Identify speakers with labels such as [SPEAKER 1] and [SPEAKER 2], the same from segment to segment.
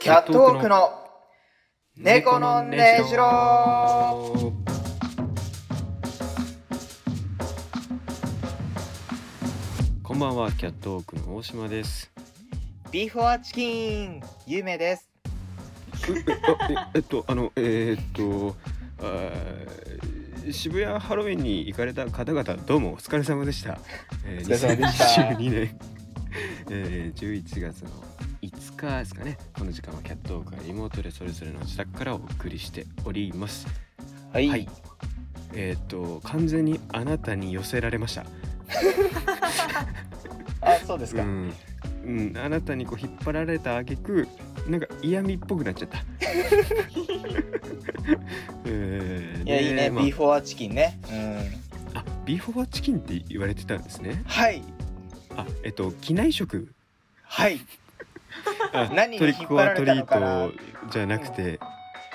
[SPEAKER 1] キャットウォークの猫のねじろ
[SPEAKER 2] こんばんはキャットウォークの大島です
[SPEAKER 1] ビーフォアチキン有名です
[SPEAKER 2] えっとあのえーっとあー渋谷ハロウィンに行かれた方々どうもお疲れ様でした、え
[SPEAKER 1] お疲れ様でした
[SPEAKER 2] 2022年、えー、11月の5日ですかねこの時間はキャットウォークがリモートでそれぞれの自宅からお送りしております
[SPEAKER 1] は
[SPEAKER 2] はいえーっと完全にあなたに寄せられました
[SPEAKER 1] あそうですか、
[SPEAKER 2] うん、うん、あなたにこう引っ張られた挙句なんか嫌味っぽくなっちゃった。 えー
[SPEAKER 1] いやいいね、
[SPEAKER 2] でまあ
[SPEAKER 1] ビーフォアチキンねうん
[SPEAKER 2] あビーフォアチキンって言われてたんですね。
[SPEAKER 1] はい
[SPEAKER 2] あえっと機内食
[SPEAKER 1] はい
[SPEAKER 2] あ
[SPEAKER 1] 何に
[SPEAKER 2] ト
[SPEAKER 1] 引
[SPEAKER 2] リ
[SPEAKER 1] っ
[SPEAKER 2] ック
[SPEAKER 1] 張
[SPEAKER 2] オ
[SPEAKER 1] ら
[SPEAKER 2] アト
[SPEAKER 1] れ
[SPEAKER 2] リ
[SPEAKER 1] たのかな
[SPEAKER 2] ートじゃなくて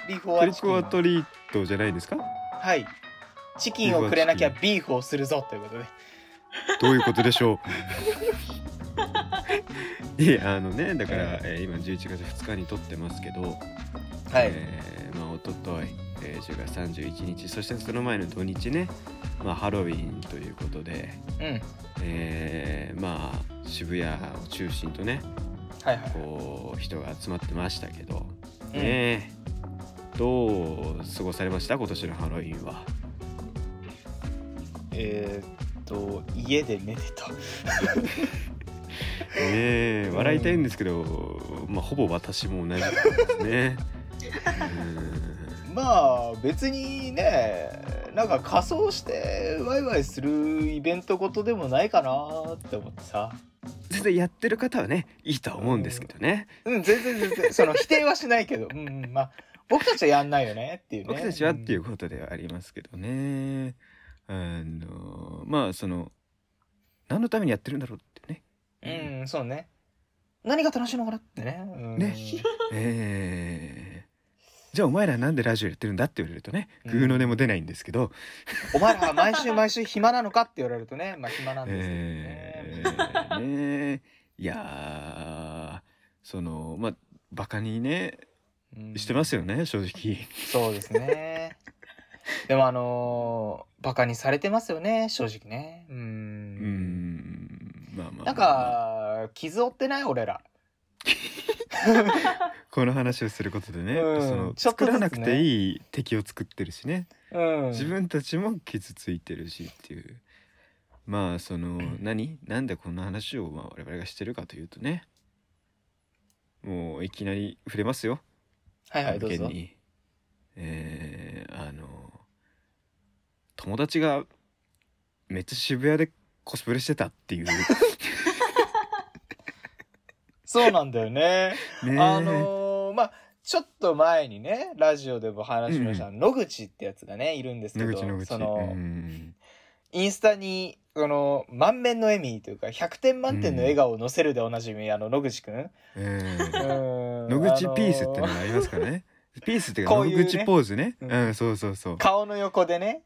[SPEAKER 1] ビーフォ
[SPEAKER 2] ト
[SPEAKER 1] ア
[SPEAKER 2] リ
[SPEAKER 1] チ
[SPEAKER 2] ック
[SPEAKER 1] キン
[SPEAKER 2] オア
[SPEAKER 1] は
[SPEAKER 2] トリートじゃないですか
[SPEAKER 1] はいチキンをくれなきゃビーフをするぞということで
[SPEAKER 2] どういうことでしょう いやあのねだから、えー今11月2日に撮ってますけど、
[SPEAKER 1] はい、
[SPEAKER 2] えーまあ、おととい、えー10月31日そしてその前の土日ね、まあ、ハロウィンということで、
[SPEAKER 1] うん
[SPEAKER 2] えーまあ、渋谷を中心とね
[SPEAKER 1] はいはい
[SPEAKER 2] こう人が集まってましたけど、ね
[SPEAKER 1] ん
[SPEAKER 2] えどう過ごされました今年のハロウィンは。
[SPEAKER 1] えーっと家で寝てた
[SPEAKER 2] ねえ笑いたいんですけど、まあ、ほぼ私も同じです ね。
[SPEAKER 1] まあ別にねなんか仮装してワイワイするイベントごとでもないかなって思ってさ
[SPEAKER 2] 全然やってる方はねいいとは思うんですけどね。
[SPEAKER 1] うん全然全然その否定はしないけどうんうんまあ僕たちはやんないよねっていうね
[SPEAKER 2] 僕たちはっていうことではありますけどね、あのまあその何のためにやってるんだろうってね、
[SPEAKER 1] うん、うん、そうね何が楽しいのかなってね、うん、
[SPEAKER 2] ねえーじゃあお前らなんでラジオやってるんだって言われるとね
[SPEAKER 1] うん
[SPEAKER 2] グーの音も出ないんですけど、
[SPEAKER 1] お前らは毎週毎週暇なのかって言われるとねまあ暇なんですけど
[SPEAKER 2] え
[SPEAKER 1] ね、
[SPEAKER 2] ーねえいやーそのまあバカにね
[SPEAKER 1] うん
[SPEAKER 2] してますよね正直
[SPEAKER 1] そうですねでもあのー、バカにされてますよね正直ねう
[SPEAKER 2] うーんまあまあ
[SPEAKER 1] なんか傷負ってない俺ら
[SPEAKER 2] この話をすることでね、
[SPEAKER 1] うん
[SPEAKER 2] その
[SPEAKER 1] ちょっ
[SPEAKER 2] 作
[SPEAKER 1] とずつね
[SPEAKER 2] らなくていい敵を作ってるしね
[SPEAKER 1] うん
[SPEAKER 2] 自分たちも傷ついてるしっていうまあその何なんでこんな話をまあ我々がしてるかというとねもういきなり触れますよ
[SPEAKER 1] はいはいどう
[SPEAKER 2] 案件
[SPEAKER 1] ぞ
[SPEAKER 2] にえーあの友達がめっちゃ渋谷でコスプレしてたって いうね
[SPEAKER 1] そうなんだよね
[SPEAKER 2] え
[SPEAKER 1] あのー、まあちょっと前にねラジオでも話しました、野口ってやつがねいるんですけ
[SPEAKER 2] 野
[SPEAKER 1] ど
[SPEAKER 2] 口野口
[SPEAKER 1] その、
[SPEAKER 2] うん
[SPEAKER 1] インスタにこの満面の笑みというか100点満点の笑顔を載せるでおなじみ、あの野口くん、うん
[SPEAKER 2] えー 野口ピースってのがありますから ね。ピースっていうか
[SPEAKER 1] こういうね
[SPEAKER 2] 野口ポーズね。
[SPEAKER 1] う
[SPEAKER 2] うんん、そうそうそう。
[SPEAKER 1] 顔の横でね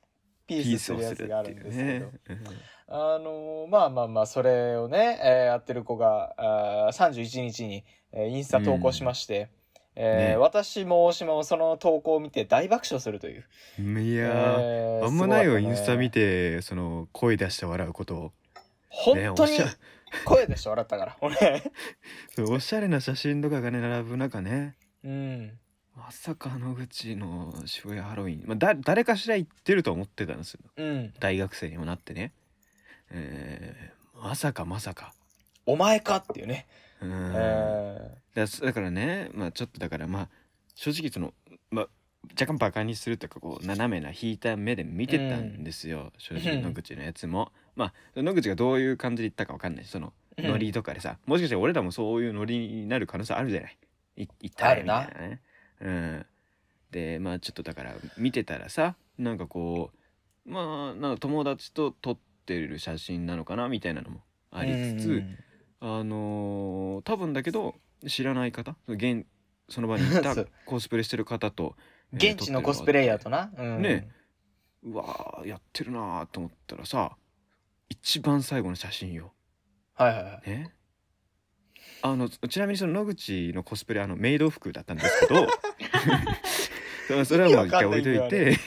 [SPEAKER 1] ピ
[SPEAKER 2] ピ
[SPEAKER 1] ー
[SPEAKER 2] ー
[SPEAKER 1] スす
[SPEAKER 2] スを
[SPEAKER 1] るや
[SPEAKER 2] す
[SPEAKER 1] つ
[SPEAKER 2] る
[SPEAKER 1] があ
[SPEAKER 2] って
[SPEAKER 1] る
[SPEAKER 2] い
[SPEAKER 1] ん
[SPEAKER 2] う
[SPEAKER 1] ですけど
[SPEAKER 2] ね。うん
[SPEAKER 1] あのーまあまあまあそれをね、えーやってる子があー31日に、えーインスタ投稿しまして、え
[SPEAKER 2] ね
[SPEAKER 1] ー私も大島もその投稿を見て大爆笑するという。
[SPEAKER 2] いやー、
[SPEAKER 1] えー
[SPEAKER 2] あんまないよ、
[SPEAKER 1] すご
[SPEAKER 2] イ
[SPEAKER 1] かったね
[SPEAKER 2] ンスタ見てその声出して笑うことね
[SPEAKER 1] 本当に
[SPEAKER 2] おしゃ
[SPEAKER 1] 声でして笑ったから 俺
[SPEAKER 2] そうおしゃれな写真とかがね並ぶ中ね
[SPEAKER 1] うん
[SPEAKER 2] まさか野口の渋谷ハロウィン、まあ、だ誰かしら行ってると思ってたんですよ
[SPEAKER 1] うん
[SPEAKER 2] 大学生にもなってね、えーまさかまさか
[SPEAKER 1] お前かっていうね、
[SPEAKER 2] うん、
[SPEAKER 1] え
[SPEAKER 2] だだからねまあちょっとだからまあ正直その、まあ、若干バカにするというかこう斜めな引いた目で見てたんですよ、正
[SPEAKER 1] う
[SPEAKER 2] 直
[SPEAKER 1] ん
[SPEAKER 2] 野口のやつも。まあ野口がどういう感じで言ったかわかんないしその
[SPEAKER 1] ー
[SPEAKER 2] ノリとかでさ、もしかして俺らもそういうノリになる可能性あるじゃないい言ったらみたいなね。うん、でまあちょっとだから見てたらさなんかこうまあなんか友達と撮ってる写真なのかなみたいなのもありつつ。あのー多分だけど知らない方その現その場にいた
[SPEAKER 1] そう
[SPEAKER 2] コスプレしてる方と、
[SPEAKER 1] うん現地のコスプレイヤーとな、うん、
[SPEAKER 2] ねうわーやってるなーと思ったらさ一番最後の写真よ、
[SPEAKER 1] はいはいはい
[SPEAKER 2] ね、あのちなみにその野口のコスプレあのメイド服だったんですけどそのそれはもう一回置いといて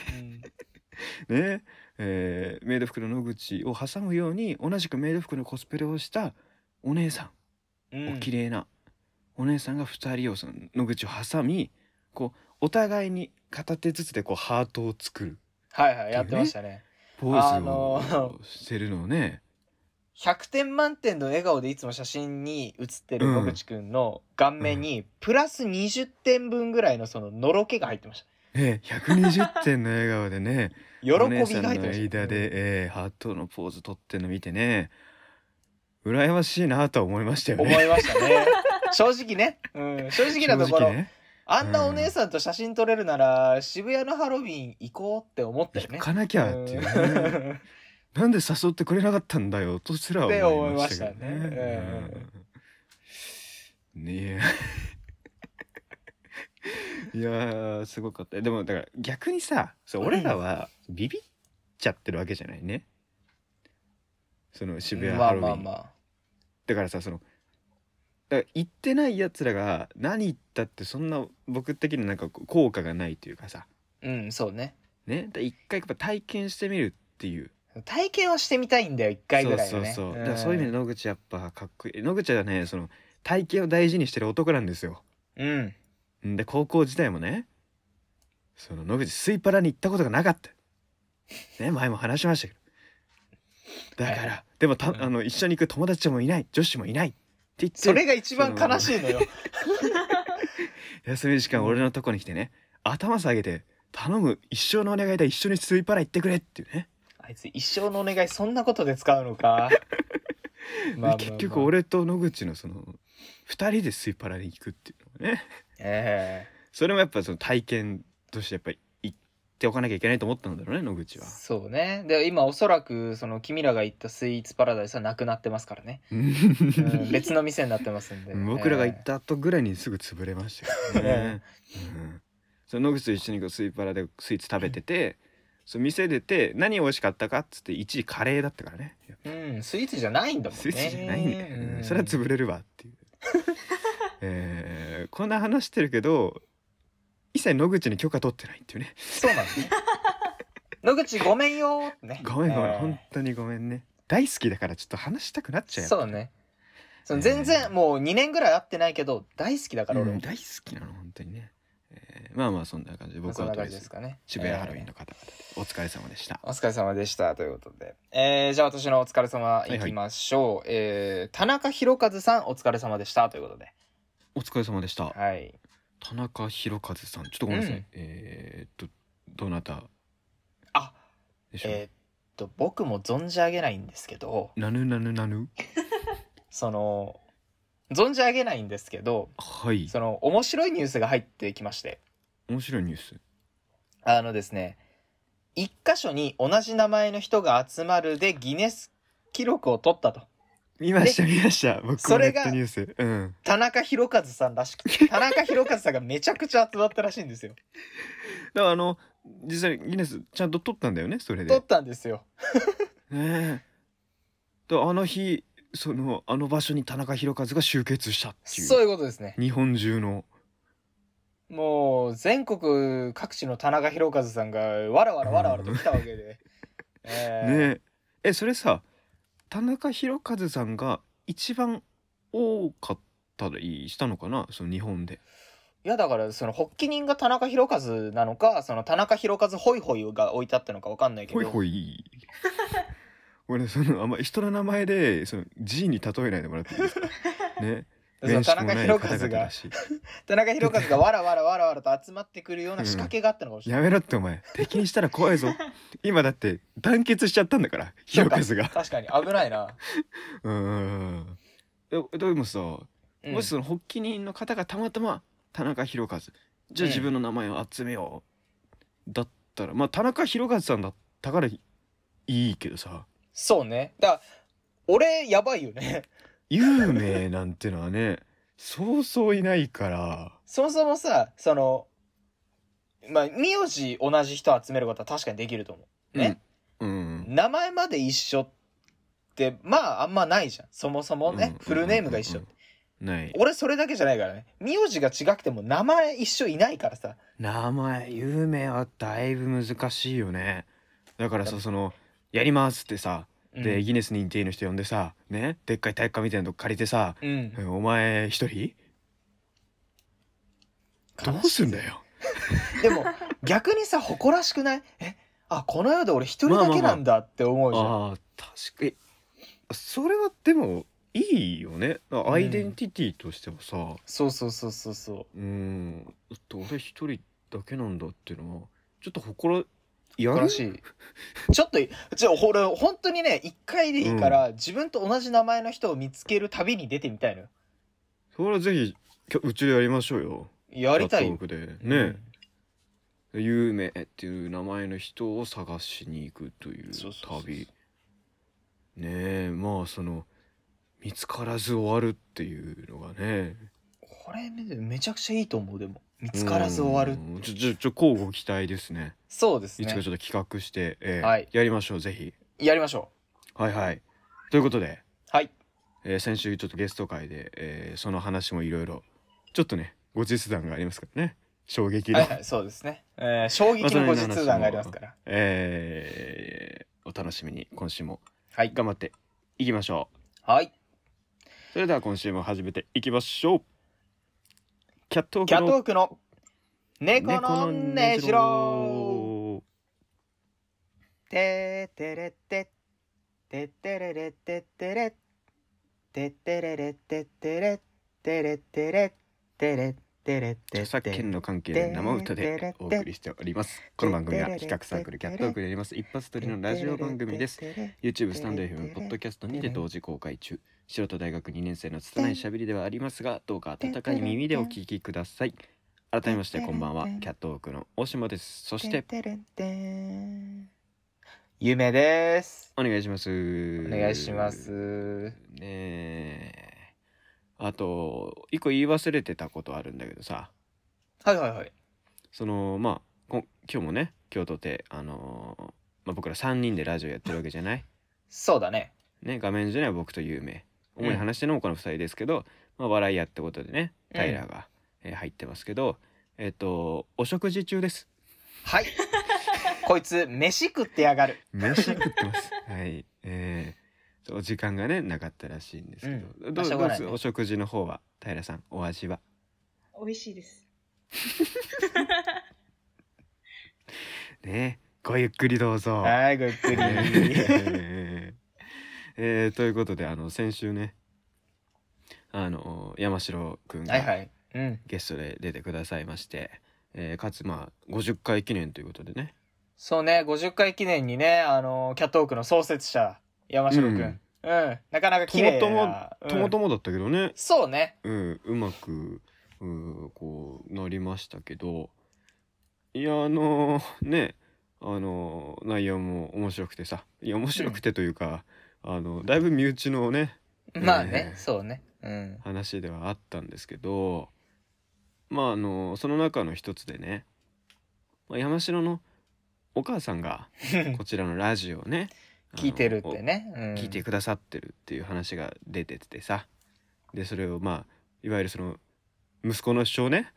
[SPEAKER 1] うん
[SPEAKER 2] ねえーメイド服の野口を挟むように同じくメイド服のコスプレをしたお姉さん
[SPEAKER 1] うん
[SPEAKER 2] お綺麗なお姉さんが2人をその野口を挟みこうお互いに片手ずつでこうハートを作る
[SPEAKER 1] はいはいやってましたね
[SPEAKER 2] ポー
[SPEAKER 1] あ
[SPEAKER 2] ズ
[SPEAKER 1] の
[SPEAKER 2] をしてるのをね、
[SPEAKER 1] 100点満点の笑顔でいつも写真に写ってる野口くんの顔面にプラス20点分ぐらいのそののろけが入ってました
[SPEAKER 2] ええ120点の笑顔でね
[SPEAKER 1] 喜びが
[SPEAKER 2] お
[SPEAKER 1] 入
[SPEAKER 2] 姉
[SPEAKER 1] って
[SPEAKER 2] さん
[SPEAKER 1] ま
[SPEAKER 2] の
[SPEAKER 1] した
[SPEAKER 2] 間で、ええハートのポーズ取ってるの見てね羨ましいなとは思いましたよ
[SPEAKER 1] 思
[SPEAKER 2] ね。
[SPEAKER 1] いましたね正直ね、うん、正直なところ、
[SPEAKER 2] ね
[SPEAKER 1] あんなお姉さんと写真撮れるなら渋谷のハロウィン行こうって思ったよ
[SPEAKER 2] 行
[SPEAKER 1] ね
[SPEAKER 2] かなきゃっていうね。
[SPEAKER 1] うん
[SPEAKER 2] なんで誘ってくれなかったんだよとすら思いましたけどね。
[SPEAKER 1] って思いましたね
[SPEAKER 2] うんねえ。い やーすごかったでもだから逆にさそう
[SPEAKER 1] うん
[SPEAKER 2] 俺らはビビっちゃってるわけじゃないね、その渋谷
[SPEAKER 1] ま
[SPEAKER 2] ハ
[SPEAKER 1] あ
[SPEAKER 2] ロウィン、
[SPEAKER 1] まあまあ
[SPEAKER 2] だからさそのだから行ってないやつらが何言ったってそんな僕的になんかこう効果がないというかさ
[SPEAKER 1] うんそうね
[SPEAKER 2] ねだから一回やっぱ体験してみるっていう
[SPEAKER 1] 体験をしてみたいんだよ一回ぐらいはね
[SPEAKER 2] そうそうそう、
[SPEAKER 1] ん
[SPEAKER 2] だからそういう意味で野口やっぱかっこいい野口はねその体型を大事にしてる男なんですよ
[SPEAKER 1] うん
[SPEAKER 2] で高校時代もねその野口スイパラに行ったことがなかったね前も話しましたけどだから、
[SPEAKER 1] はい
[SPEAKER 2] でもた、
[SPEAKER 1] うん
[SPEAKER 2] あの一緒に行く友達もいない女子もいないって言って
[SPEAKER 1] それが一番悲しいのよ
[SPEAKER 2] 休み時間俺のとこに来てね頭下げて頼む一生のお願いだ一緒にスイパラ行ってくれっていうね、
[SPEAKER 1] あいつ一生のお願いそんなことで使うのかまあまあまあ
[SPEAKER 2] で結局俺と野口のその2人でスイパラに行くっていうのがね
[SPEAKER 1] え
[SPEAKER 2] それもやっぱその体験としてやっぱり言っておかなきゃいけないと思ったんだろうね野口
[SPEAKER 1] え
[SPEAKER 2] は。
[SPEAKER 1] そうねで今おそらくその君らが行ったスイーツパラダイスはなくなってますからね、 うん、別の店になってますんで
[SPEAKER 2] 僕らが行った後ぐらいにすぐ潰れましたけどね。うんその野口と一緒にこうスイパラでスイーツ食べてて、その店出て何美味しかったかっつって一位カレーだったからね。
[SPEAKER 1] ええうんスイーツじゃないんだもんね
[SPEAKER 2] スイーツじゃないんだよ、うんそれは潰れるわ っていう。えーこんな話してるけど一切野口に許可取ってないっていうね。
[SPEAKER 1] そ うなんですね野口ごめんよーってね
[SPEAKER 2] ごめんごめん、
[SPEAKER 1] ええ
[SPEAKER 2] 本当にごめんね。大好きだからちょっと話したくなっちゃうやっぱ
[SPEAKER 1] そうねその全然もう2年ぐらい会ってないけど大好きだから俺
[SPEAKER 2] う
[SPEAKER 1] も
[SPEAKER 2] ん、大好きなの本当にね、えーまあまあそんな感じで
[SPEAKER 1] まあ
[SPEAKER 2] 僕
[SPEAKER 1] そん
[SPEAKER 2] は
[SPEAKER 1] な
[SPEAKER 2] とりあえ
[SPEAKER 1] 感じで
[SPEAKER 2] ず
[SPEAKER 1] すかね
[SPEAKER 2] 渋谷ハロウ
[SPEAKER 1] え
[SPEAKER 2] ィ
[SPEAKER 1] え
[SPEAKER 2] ンの方々でお疲れ様でした、
[SPEAKER 1] お疲れ様でしたということで、えー、じゃあ私のお疲れ様いきましょう、えー田中宏和さんお疲れ様でしたということで
[SPEAKER 2] お疲れ様でした、
[SPEAKER 1] はい
[SPEAKER 2] 田中宏和さんちょっとごめんなさい、
[SPEAKER 1] うん
[SPEAKER 2] えー、っとどなた
[SPEAKER 1] あ
[SPEAKER 2] でしょう、
[SPEAKER 1] えーっと僕も存じ上げないんですけど
[SPEAKER 2] なぬなぬなぬ
[SPEAKER 1] その存じ上げないんですけど
[SPEAKER 2] はい
[SPEAKER 1] その面白いニュースが入ってきまして
[SPEAKER 2] 面白いニュース
[SPEAKER 1] あのですね一箇所に同じ名前の人が集まるでギネス記録を取ったと
[SPEAKER 2] 見ました見ました僕も
[SPEAKER 1] そ
[SPEAKER 2] ネ
[SPEAKER 1] れ
[SPEAKER 2] ッ
[SPEAKER 1] が
[SPEAKER 2] トニュースうん
[SPEAKER 1] 田中宏和さんらしく て田中宏和さんがめちゃくちゃ集まったらしいんですよ
[SPEAKER 2] だからあの実際ギネスちゃんと撮ったんだよねそれで
[SPEAKER 1] 取ったんですよ
[SPEAKER 2] ねえであの日そのあの場所に田中宏和が集結したっていう
[SPEAKER 1] そういうことですね
[SPEAKER 2] 日本中の
[SPEAKER 1] もう全国各地の田中宏和さんがわらわらわらわらと来たわけ で、え
[SPEAKER 2] ねええそれさ田中宏和さんが一番多かったりしたのかなその日本で
[SPEAKER 1] えいやだからその発起人が田中宏和なのかその田中宏和ホイホイが置いてあったのかわかんないけど
[SPEAKER 2] ほいほ い俺ねそのあんま人の名前でその G に例えないでもらっていい ですかね
[SPEAKER 1] その
[SPEAKER 2] 面
[SPEAKER 1] 田
[SPEAKER 2] 識も
[SPEAKER 1] 中
[SPEAKER 2] ない方
[SPEAKER 1] 宏和
[SPEAKER 2] 々
[SPEAKER 1] が
[SPEAKER 2] だし
[SPEAKER 1] 田中宏和がわらわらわらわらと集まってくるような仕掛けがあったのかもしれない、
[SPEAKER 2] やめろってお前敵にしたら怖いぞ今だって団結しちゃったんだから
[SPEAKER 1] そう
[SPEAKER 2] 宏
[SPEAKER 1] か
[SPEAKER 2] 和が
[SPEAKER 1] 確かに危ないな、
[SPEAKER 2] うーんででもさ
[SPEAKER 1] うん
[SPEAKER 2] もしその発起人の方がたまたま田中宏和じゃあ
[SPEAKER 1] うん
[SPEAKER 2] 自分の名前を集めよう、だったらまあ田中宏和さんだったからいいけどさ
[SPEAKER 1] そうねだから俺やばいよね
[SPEAKER 2] 有名なんてのはね そうそういないから
[SPEAKER 1] そもそもさそのまあ名字同じ人集めることは確かにできると思うね、
[SPEAKER 2] うん、うん
[SPEAKER 1] 名前まで一緒ってまああんまないじゃんそもそもね、フルネームが一緒、
[SPEAKER 2] うんない
[SPEAKER 1] 俺それだけじゃないからね名字が違くても名前一緒いないからさ
[SPEAKER 2] 名前有名はだいぶ難しいよねだからさその「やります」ってさで、ギネス認定の人呼んでさねでっかい体育館みたいなとこ借りてさ
[SPEAKER 1] うん、うん
[SPEAKER 2] 「お前一人どうすんだよ
[SPEAKER 1] でも逆にさ誇らしくないえあこの世で俺一人だけなんだって思」うじゃん、
[SPEAKER 2] ああ確かにそれはでもいいよねアイデンティティとしてはさ、
[SPEAKER 1] そうそうそうそうそ
[SPEAKER 2] う
[SPEAKER 1] う
[SPEAKER 2] ん、だって俺一人だけなんだっていうのはちょっと誇らやる
[SPEAKER 1] 誇らしいちょっとちょ俺本当にね一回でいいから、自分と同じ名前の人を見つける旅に出てみたいのよ
[SPEAKER 2] それはぜひきょうちでやりましょうよ
[SPEAKER 1] やりたい
[SPEAKER 2] トー
[SPEAKER 1] よ
[SPEAKER 2] クでね、有名っていう名前の人を探しに行くという旅
[SPEAKER 1] そうそうそうそう
[SPEAKER 2] ねえまあその見つからず終わるっていうのがね
[SPEAKER 1] これねめちゃくちゃいいと思うでも見つからず終わる、
[SPEAKER 2] うんちょちょちょ交互期待ですね
[SPEAKER 1] そうです
[SPEAKER 2] いつ
[SPEAKER 1] ね
[SPEAKER 2] かちょっと企画して、ええ
[SPEAKER 1] はい
[SPEAKER 2] やりましょうぜひ
[SPEAKER 1] やりましょ
[SPEAKER 2] はいはいということで
[SPEAKER 1] うはい
[SPEAKER 2] えー先週ちょっとゲスト会で、えーその話もいろいろちょっとね後日談がありますからね衝撃の、
[SPEAKER 1] はいはいそうですね、えー、衝撃の後日談がありますから
[SPEAKER 2] えーお楽しみに今週も
[SPEAKER 1] はい
[SPEAKER 2] 頑張っていきましょ
[SPEAKER 1] はい、
[SPEAKER 2] うそれでは今週も始めていきましょうキャットウォー
[SPEAKER 1] キャ
[SPEAKER 2] ク
[SPEAKER 1] ッ
[SPEAKER 2] の
[SPEAKER 1] トウォークの猫のねじろう
[SPEAKER 2] ろ
[SPEAKER 1] てーてれってってってれれってってれってってれれってってれってれってれってれってれってれ
[SPEAKER 2] 著作権の関係で生歌でお送りしておりますこの番組は企画サークルキャットウォークであります一発撮りのラジオ番組です YouTube スタンド FM ポッドキャストにて同時公開中素人大学2年生の拙いしゃべりではありますがどうか温かい耳でお聞きください改めましてこんばんはキャットウォークの大島ですそして
[SPEAKER 1] 夢です
[SPEAKER 2] お願いします
[SPEAKER 1] お
[SPEAKER 2] お
[SPEAKER 1] 願いします
[SPEAKER 2] ねえあと一個言い忘れてたことあるんだけどさ
[SPEAKER 1] はいはいはい
[SPEAKER 2] そのまあこ今日もね今日とてあのーまあ、僕ら3人でラジオやってるわけじゃない
[SPEAKER 1] そうだね
[SPEAKER 2] ね、画面上には僕と有名
[SPEAKER 1] うん
[SPEAKER 2] 主に話してるのもこの2人ですけど、まあ、笑い屋ってことでね
[SPEAKER 1] うん
[SPEAKER 2] タイラーが、えー入ってますけどえっ、とお食事中です
[SPEAKER 1] はいこいつ飯食ってやがる
[SPEAKER 2] 飯食ってます はいえーそうお時間がねなかったらしいんですけど、
[SPEAKER 1] うん
[SPEAKER 2] ど
[SPEAKER 1] まあ
[SPEAKER 2] う
[SPEAKER 1] し
[SPEAKER 2] ど
[SPEAKER 1] ょうが
[SPEAKER 2] う
[SPEAKER 1] ない
[SPEAKER 2] で
[SPEAKER 1] ね
[SPEAKER 2] すお食事の方は平さんお味は
[SPEAKER 3] 美味しいです。
[SPEAKER 2] ねごゆっくりどうぞ。
[SPEAKER 1] はいごゆっくり
[SPEAKER 2] えーえーということであの先週ねあの山城くんが、
[SPEAKER 1] はいはいうん
[SPEAKER 2] ゲストで出てくださいまして、えーかつまあ50回記念ということでね
[SPEAKER 1] そうね、50回記念にね、あのキャットウォークの創設者、山城くん。う
[SPEAKER 2] うんん、
[SPEAKER 1] なかなか綺麗な。
[SPEAKER 2] とも
[SPEAKER 1] うん
[SPEAKER 2] ともだったけどね、
[SPEAKER 1] そうね。
[SPEAKER 2] うん、うまくうんこうなりましたけどいやあのーねあのー内容も面白くてさいや面白くてというか、あのだいぶ身内のね
[SPEAKER 1] まあ
[SPEAKER 2] う
[SPEAKER 1] ね、
[SPEAKER 2] ん
[SPEAKER 1] そうね。うん。
[SPEAKER 2] 話ではあったんですけどまああのその中の一つでね、まあ、山城のお母さん がこちらのラジオをね
[SPEAKER 1] 聞いてるっ
[SPEAKER 2] あの
[SPEAKER 1] てね。うん、
[SPEAKER 2] 聞いてくださってるっていう話が出ててさでそれをまあいわゆるその息子の主張 ね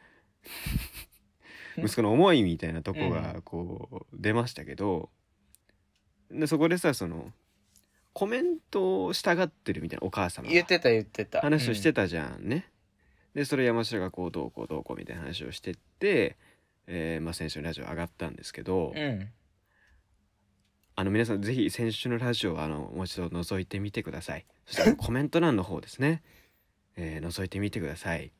[SPEAKER 2] 息子の思いみたいなとこ
[SPEAKER 1] う
[SPEAKER 2] がこう出ましたけどでそこでさそのコメントを従ってるみたいなお母様が
[SPEAKER 1] 言ってた言ってた。
[SPEAKER 2] 話をして
[SPEAKER 1] た。
[SPEAKER 2] たじゃんね。でそれ山城がこうどうこうどうこうみたいな話をしてって、えーまあ、先週のラジオ上がったんですけど、
[SPEAKER 1] うん。
[SPEAKER 2] あの皆さんぜひ先週のラジオをあのもう一度覗いてみてください。そしてあのコメント欄の方ですね。 えー、覗いてみてください。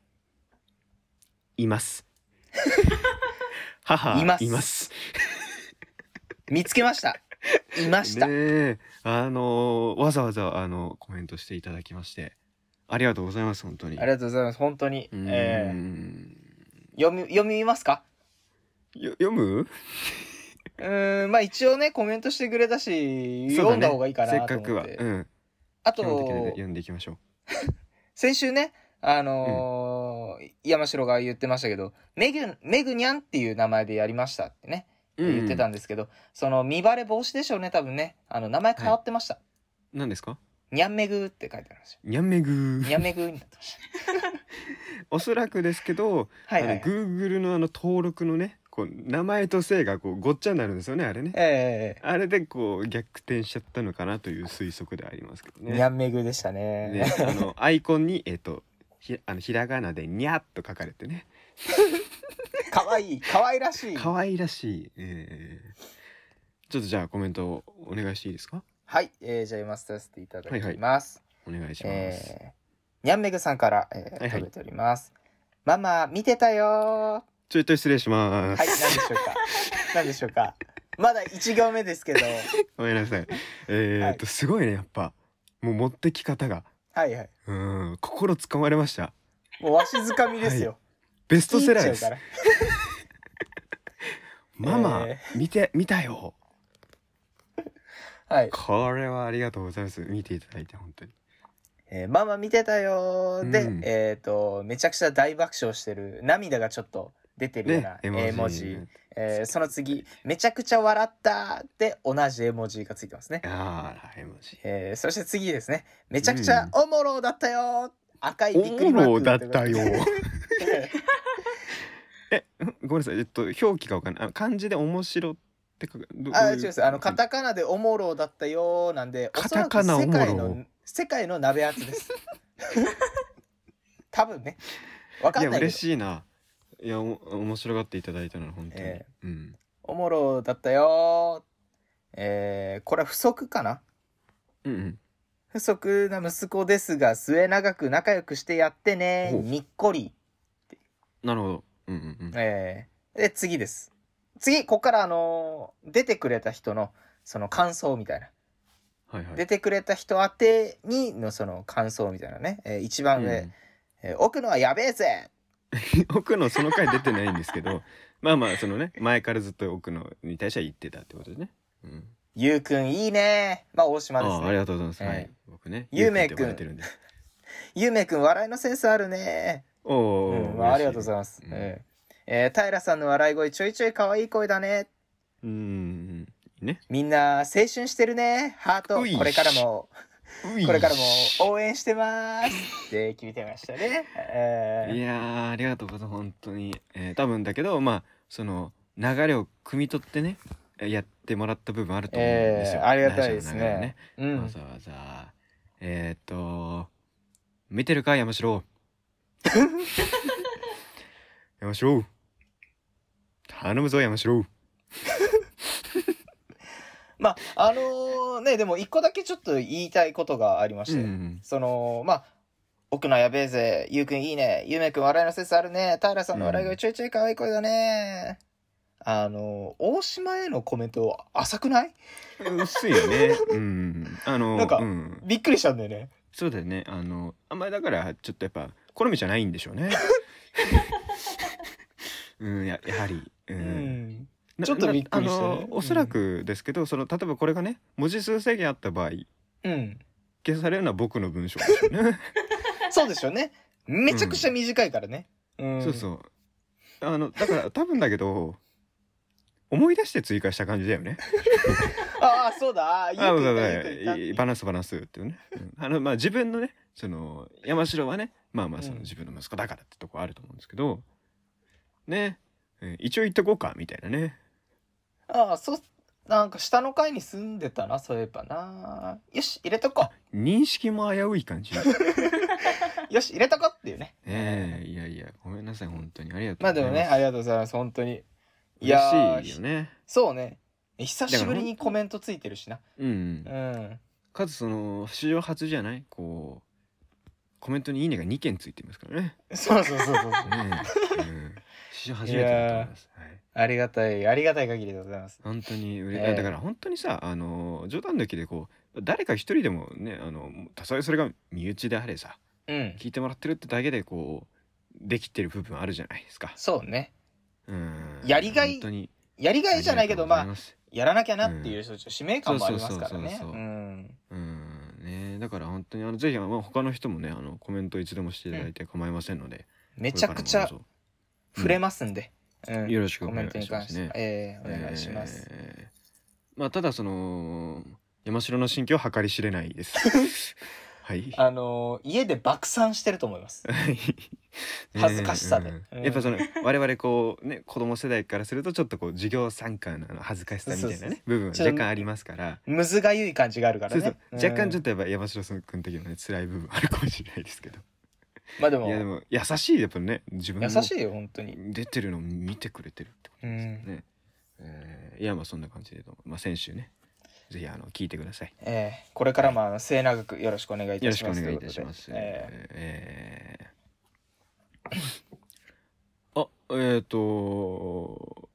[SPEAKER 2] い ます。母
[SPEAKER 1] います
[SPEAKER 2] います。
[SPEAKER 1] 見つけました。いました。
[SPEAKER 2] ねえあのーわざわざあのコメントしていただきましてありがとうございます本当に。
[SPEAKER 1] ありがとうございます。本当に。
[SPEAKER 2] うーん
[SPEAKER 1] えー読み、読みますか
[SPEAKER 2] よ読む
[SPEAKER 1] うーん、まあ一応ね、コメントしてくれたし、読んだ方がいいかなと思って。
[SPEAKER 2] そうだねせっかくは、うん、
[SPEAKER 1] あ
[SPEAKER 2] 基本的に
[SPEAKER 1] と、
[SPEAKER 2] 読んでいきましょう。
[SPEAKER 1] 先週ね、あのー山城が言ってましたけど、メグ、メグニャンっていう名前でやりましたってね、言ってたんですけど、その、見バレ防止でしょうね、多分ね。あの、名前変わってました。
[SPEAKER 2] 何ですか
[SPEAKER 1] にゃんめぐーって書いてあるんですよ。
[SPEAKER 2] にゃんめぐ
[SPEAKER 1] に
[SPEAKER 2] ー
[SPEAKER 1] ゃんめぐーになってまし
[SPEAKER 2] おそらくですけど、
[SPEAKER 1] た。はいはい、
[SPEAKER 2] あの Google のあの登録のねこう名前と姓がこうごっちゃになるんですよねあれね
[SPEAKER 1] ええ
[SPEAKER 2] あれでこう逆転しちゃったのかなという推測ではありますけどね
[SPEAKER 1] にゃんめぐでしたね。
[SPEAKER 2] ね、あの アイコンにえっ、とひあのひらがなでにゃっと書かれてね
[SPEAKER 1] かわいい、かわいらしい。
[SPEAKER 2] 可愛らしい、えーちょっとじゃあコメントをお願いしていいですか
[SPEAKER 1] はい、えー、じゃあ読ませさせていただ
[SPEAKER 2] はいはい
[SPEAKER 1] きます。
[SPEAKER 2] お願いします、
[SPEAKER 1] えー、にゃんめぐさんから、え
[SPEAKER 2] はいは
[SPEAKER 1] ー、
[SPEAKER 2] い
[SPEAKER 1] 届いております。ママ、見てたよー。
[SPEAKER 2] ちょいと失礼しま、
[SPEAKER 1] はい、何ですしょう か。何でしょうか。まだ一行目ですけど。
[SPEAKER 2] ごめんな さいえーっと、すごいねやっぱもう持ってき方が
[SPEAKER 1] はいはい。
[SPEAKER 2] うん心つかまれました
[SPEAKER 1] もうわしづかみですよ。
[SPEAKER 2] ベストセラー
[SPEAKER 1] 聞
[SPEAKER 2] で
[SPEAKER 1] い
[SPEAKER 2] す
[SPEAKER 1] ちゃうから
[SPEAKER 2] ママ、
[SPEAKER 1] え
[SPEAKER 2] 見て見たよ
[SPEAKER 1] はい。
[SPEAKER 2] これはありがとうございます見ていただいて本当に
[SPEAKER 1] えーママ見てたよーで、
[SPEAKER 2] うん
[SPEAKER 1] えっ、と、めちゃくちゃ大爆笑してる、涙がちょっと出てるような、
[SPEAKER 2] ね
[SPEAKER 1] えー絵文字。
[SPEAKER 2] ね
[SPEAKER 1] えーその次、めちゃくちゃ笑ったで同じ絵文字がついてますね。
[SPEAKER 2] あー絵文字
[SPEAKER 1] えーそして次ですね、めちゃくちゃおもろだったよー、赤い
[SPEAKER 2] お
[SPEAKER 1] びっくりマーク
[SPEAKER 2] もろだったよ
[SPEAKER 1] えー
[SPEAKER 2] えごめんなさいえっと表記がわかんないあ漢字で面白って書くど
[SPEAKER 1] あ、
[SPEAKER 2] ど
[SPEAKER 1] 違
[SPEAKER 2] う
[SPEAKER 1] う
[SPEAKER 2] い
[SPEAKER 1] です。あの、カタカナでおもろだったよーなんで、おそらく
[SPEAKER 2] カタカナおもろ
[SPEAKER 1] 世界の、世界の鍋厚 です。多分ね。わか
[SPEAKER 2] い
[SPEAKER 1] ん
[SPEAKER 2] や
[SPEAKER 1] ないけど
[SPEAKER 2] 嬉。しいないやお面白がっていただいたなら本当に、
[SPEAKER 1] え
[SPEAKER 2] うん
[SPEAKER 1] おもろだったよーえー、これは不足かな
[SPEAKER 2] うんうん
[SPEAKER 1] 不足な息子ですが、末永く仲良くしてやってね
[SPEAKER 2] ほう
[SPEAKER 1] にっこり。
[SPEAKER 2] なるほどうんうんうん
[SPEAKER 1] えー、で、次です。次、ここからあのー出てくれた人の、その感想みたいな。
[SPEAKER 2] はいはい
[SPEAKER 1] 出てくれた人宛てにのその感想みたいなね。えー一番上、えー奥のはやべえぜ
[SPEAKER 2] うん 奥のその回出てないんですけど まあまあそのね前からずっと奥のに対しては言ってたってことですね、うん、
[SPEAKER 1] ゆうくんいいねまあ大島です
[SPEAKER 2] あああり
[SPEAKER 1] ね
[SPEAKER 2] がとうございます、は
[SPEAKER 1] え
[SPEAKER 2] い僕ね
[SPEAKER 1] ゆうめい
[SPEAKER 2] って呼ばれてるんで
[SPEAKER 1] ゆうめいくん笑いのセンスあるね
[SPEAKER 2] おーおー、
[SPEAKER 1] うんまあ、ありがとうござい
[SPEAKER 2] ま
[SPEAKER 1] ます、
[SPEAKER 2] うん
[SPEAKER 1] ええー平さんの笑い声ちょいちょい可愛い声だね
[SPEAKER 2] すうんね
[SPEAKER 1] みんな青春してるねハート
[SPEAKER 2] うい
[SPEAKER 1] これからも
[SPEAKER 2] うい
[SPEAKER 1] これからも応援してますで決めてましたね、え
[SPEAKER 2] い
[SPEAKER 1] ー
[SPEAKER 2] やーありがとうございます本当に、えー多分だけどまあその流れを汲み取ってねえーやってもらった部分あると思うんです
[SPEAKER 1] え
[SPEAKER 2] よ、
[SPEAKER 1] ーありがたいです
[SPEAKER 2] 大事
[SPEAKER 1] ね
[SPEAKER 2] な流れ
[SPEAKER 1] う
[SPEAKER 2] を
[SPEAKER 1] ん
[SPEAKER 2] わざわざえー、っと見てるか山 城山城頼むぞ山城
[SPEAKER 1] まああのーねでも一個だけちょっと言いたいことがありまして、
[SPEAKER 2] うん
[SPEAKER 1] そのまあ奥のやべえぜゆうくんいいねゆうめくん笑いのセンスあるね平さんの笑いがちょいちょい可愛い声だね、あの大島へのコメント浅くない
[SPEAKER 2] 薄いよねうんあの
[SPEAKER 1] なんか
[SPEAKER 2] うん、
[SPEAKER 1] びっくりしたんだよね
[SPEAKER 2] そうだよねあのあんまりだからちょっとやっぱ好みじゃないんでしょう ねうんややはりう
[SPEAKER 1] うんん、
[SPEAKER 2] な
[SPEAKER 1] ちょっとびっくりしたね
[SPEAKER 2] なあの
[SPEAKER 1] うん
[SPEAKER 2] おそらくですけど、その例えばこれがね文字数制限あった場合
[SPEAKER 1] うん、
[SPEAKER 2] 消されるのは僕の文章ですよね。
[SPEAKER 1] そうでしょうねめちゃくちゃ短いからね、うん
[SPEAKER 2] そうそう。あのだから多分だけど思い出して追加した感じだよね。
[SPEAKER 1] ああそうだあー
[SPEAKER 2] あ
[SPEAKER 1] ゆう
[SPEAKER 2] う
[SPEAKER 1] く
[SPEAKER 2] だ
[SPEAKER 1] ん
[SPEAKER 2] う
[SPEAKER 1] が
[SPEAKER 2] だ
[SPEAKER 1] ゆうくんが
[SPEAKER 2] バランスバランスっていうね。うんあのまあ自分のねその山城はねまあまあその
[SPEAKER 1] うん
[SPEAKER 2] 自分の息子だからってとこあると思うんですけど、ね、え一応言っとこうかみたいなね。
[SPEAKER 1] ああそうなんか下の階に住んでたなそういえばなよし入れとこ
[SPEAKER 2] 認識も危うい感じ。 ね
[SPEAKER 1] うよし入れとこうっていうね
[SPEAKER 2] えいやいやごめんなさい本当にありがとう
[SPEAKER 1] まあ
[SPEAKER 2] ござ
[SPEAKER 1] で
[SPEAKER 2] いま
[SPEAKER 1] も
[SPEAKER 2] す。
[SPEAKER 1] ねありがとうございます本当にい
[SPEAKER 2] 嬉
[SPEAKER 1] やー
[SPEAKER 2] しいよね。
[SPEAKER 1] そうね。久しぶりにコメントついてるしな。
[SPEAKER 2] うん
[SPEAKER 1] う。ん。
[SPEAKER 2] かつその史上初じゃないこうコメントに「いいね」が2件ついてますからね。
[SPEAKER 1] そうそうそう そ
[SPEAKER 2] ね
[SPEAKER 1] う。
[SPEAKER 2] えうん史上初めてだと思います。はい
[SPEAKER 1] ありがたい、ありがたい限りでございます。
[SPEAKER 2] 本当にうれ、
[SPEAKER 1] ええ
[SPEAKER 2] だから本当にさあの冗談抜きでこう誰か一人でもねあのたとえそれが身内であれさ
[SPEAKER 1] うん。
[SPEAKER 2] 聞いてもらってるってだけでこうできてる部分あるじゃないですか。
[SPEAKER 1] そうね。
[SPEAKER 2] うん
[SPEAKER 1] やりがい
[SPEAKER 2] 本当に
[SPEAKER 1] やりがいじゃないけど、ま
[SPEAKER 2] りが
[SPEAKER 1] あ、
[SPEAKER 2] とうございす
[SPEAKER 1] やらなきゃなっていう、ちょっと使命感もありますから
[SPEAKER 2] そうそうそう
[SPEAKER 1] ね。
[SPEAKER 2] そう
[SPEAKER 1] う。
[SPEAKER 2] そうんうんねだから本当にあのぜひあの他の人もねあのコメント一度もしていただいて構いませんので、
[SPEAKER 1] めちゃくちゃ
[SPEAKER 2] これからもどうぞ
[SPEAKER 1] 触れますんで。うん。
[SPEAKER 2] よろしくお
[SPEAKER 1] コ
[SPEAKER 2] 願
[SPEAKER 1] メ
[SPEAKER 2] い
[SPEAKER 1] ントに
[SPEAKER 2] しま
[SPEAKER 1] 関
[SPEAKER 2] す
[SPEAKER 1] して
[SPEAKER 2] ね。。
[SPEAKER 1] ええ、お願いします。
[SPEAKER 2] えーまあただその山城の心境は計り知れない です。はい。
[SPEAKER 1] あの家で爆散してると思います。
[SPEAKER 2] はい
[SPEAKER 1] 恥ずかしさで
[SPEAKER 2] うん
[SPEAKER 1] うん
[SPEAKER 2] やっぱその我々こうね子供世代からするとちょっとこう授業参観のあの恥ずかしさみたい
[SPEAKER 1] そ
[SPEAKER 2] な
[SPEAKER 1] うそう
[SPEAKER 2] ね部分は
[SPEAKER 1] ちょっと
[SPEAKER 2] 若干ありますから。
[SPEAKER 1] むずがゆい感じがあるから
[SPEAKER 2] そうそう
[SPEAKER 1] ね。
[SPEAKER 2] 若干ちょっ
[SPEAKER 1] と。
[SPEAKER 2] とやっぱ山城君的なね辛い部分あるかもしれないですけど
[SPEAKER 1] まあでも
[SPEAKER 2] いやでも優しいやっぱね自分
[SPEAKER 1] 優
[SPEAKER 2] の
[SPEAKER 1] しいよ本当に。
[SPEAKER 2] 出てるのを見てくれてるってことですよね、えーいやまあそんな感じでどうもまあ先週ねぜひあの聞いてください
[SPEAKER 1] ええこれからもあの末永くよろしくお願いい
[SPEAKER 2] よ
[SPEAKER 1] た
[SPEAKER 2] ろ
[SPEAKER 1] し
[SPEAKER 2] しくお
[SPEAKER 1] ます。
[SPEAKER 2] 願いいたします。
[SPEAKER 1] ということでえ
[SPEAKER 2] えーあ、えっ、と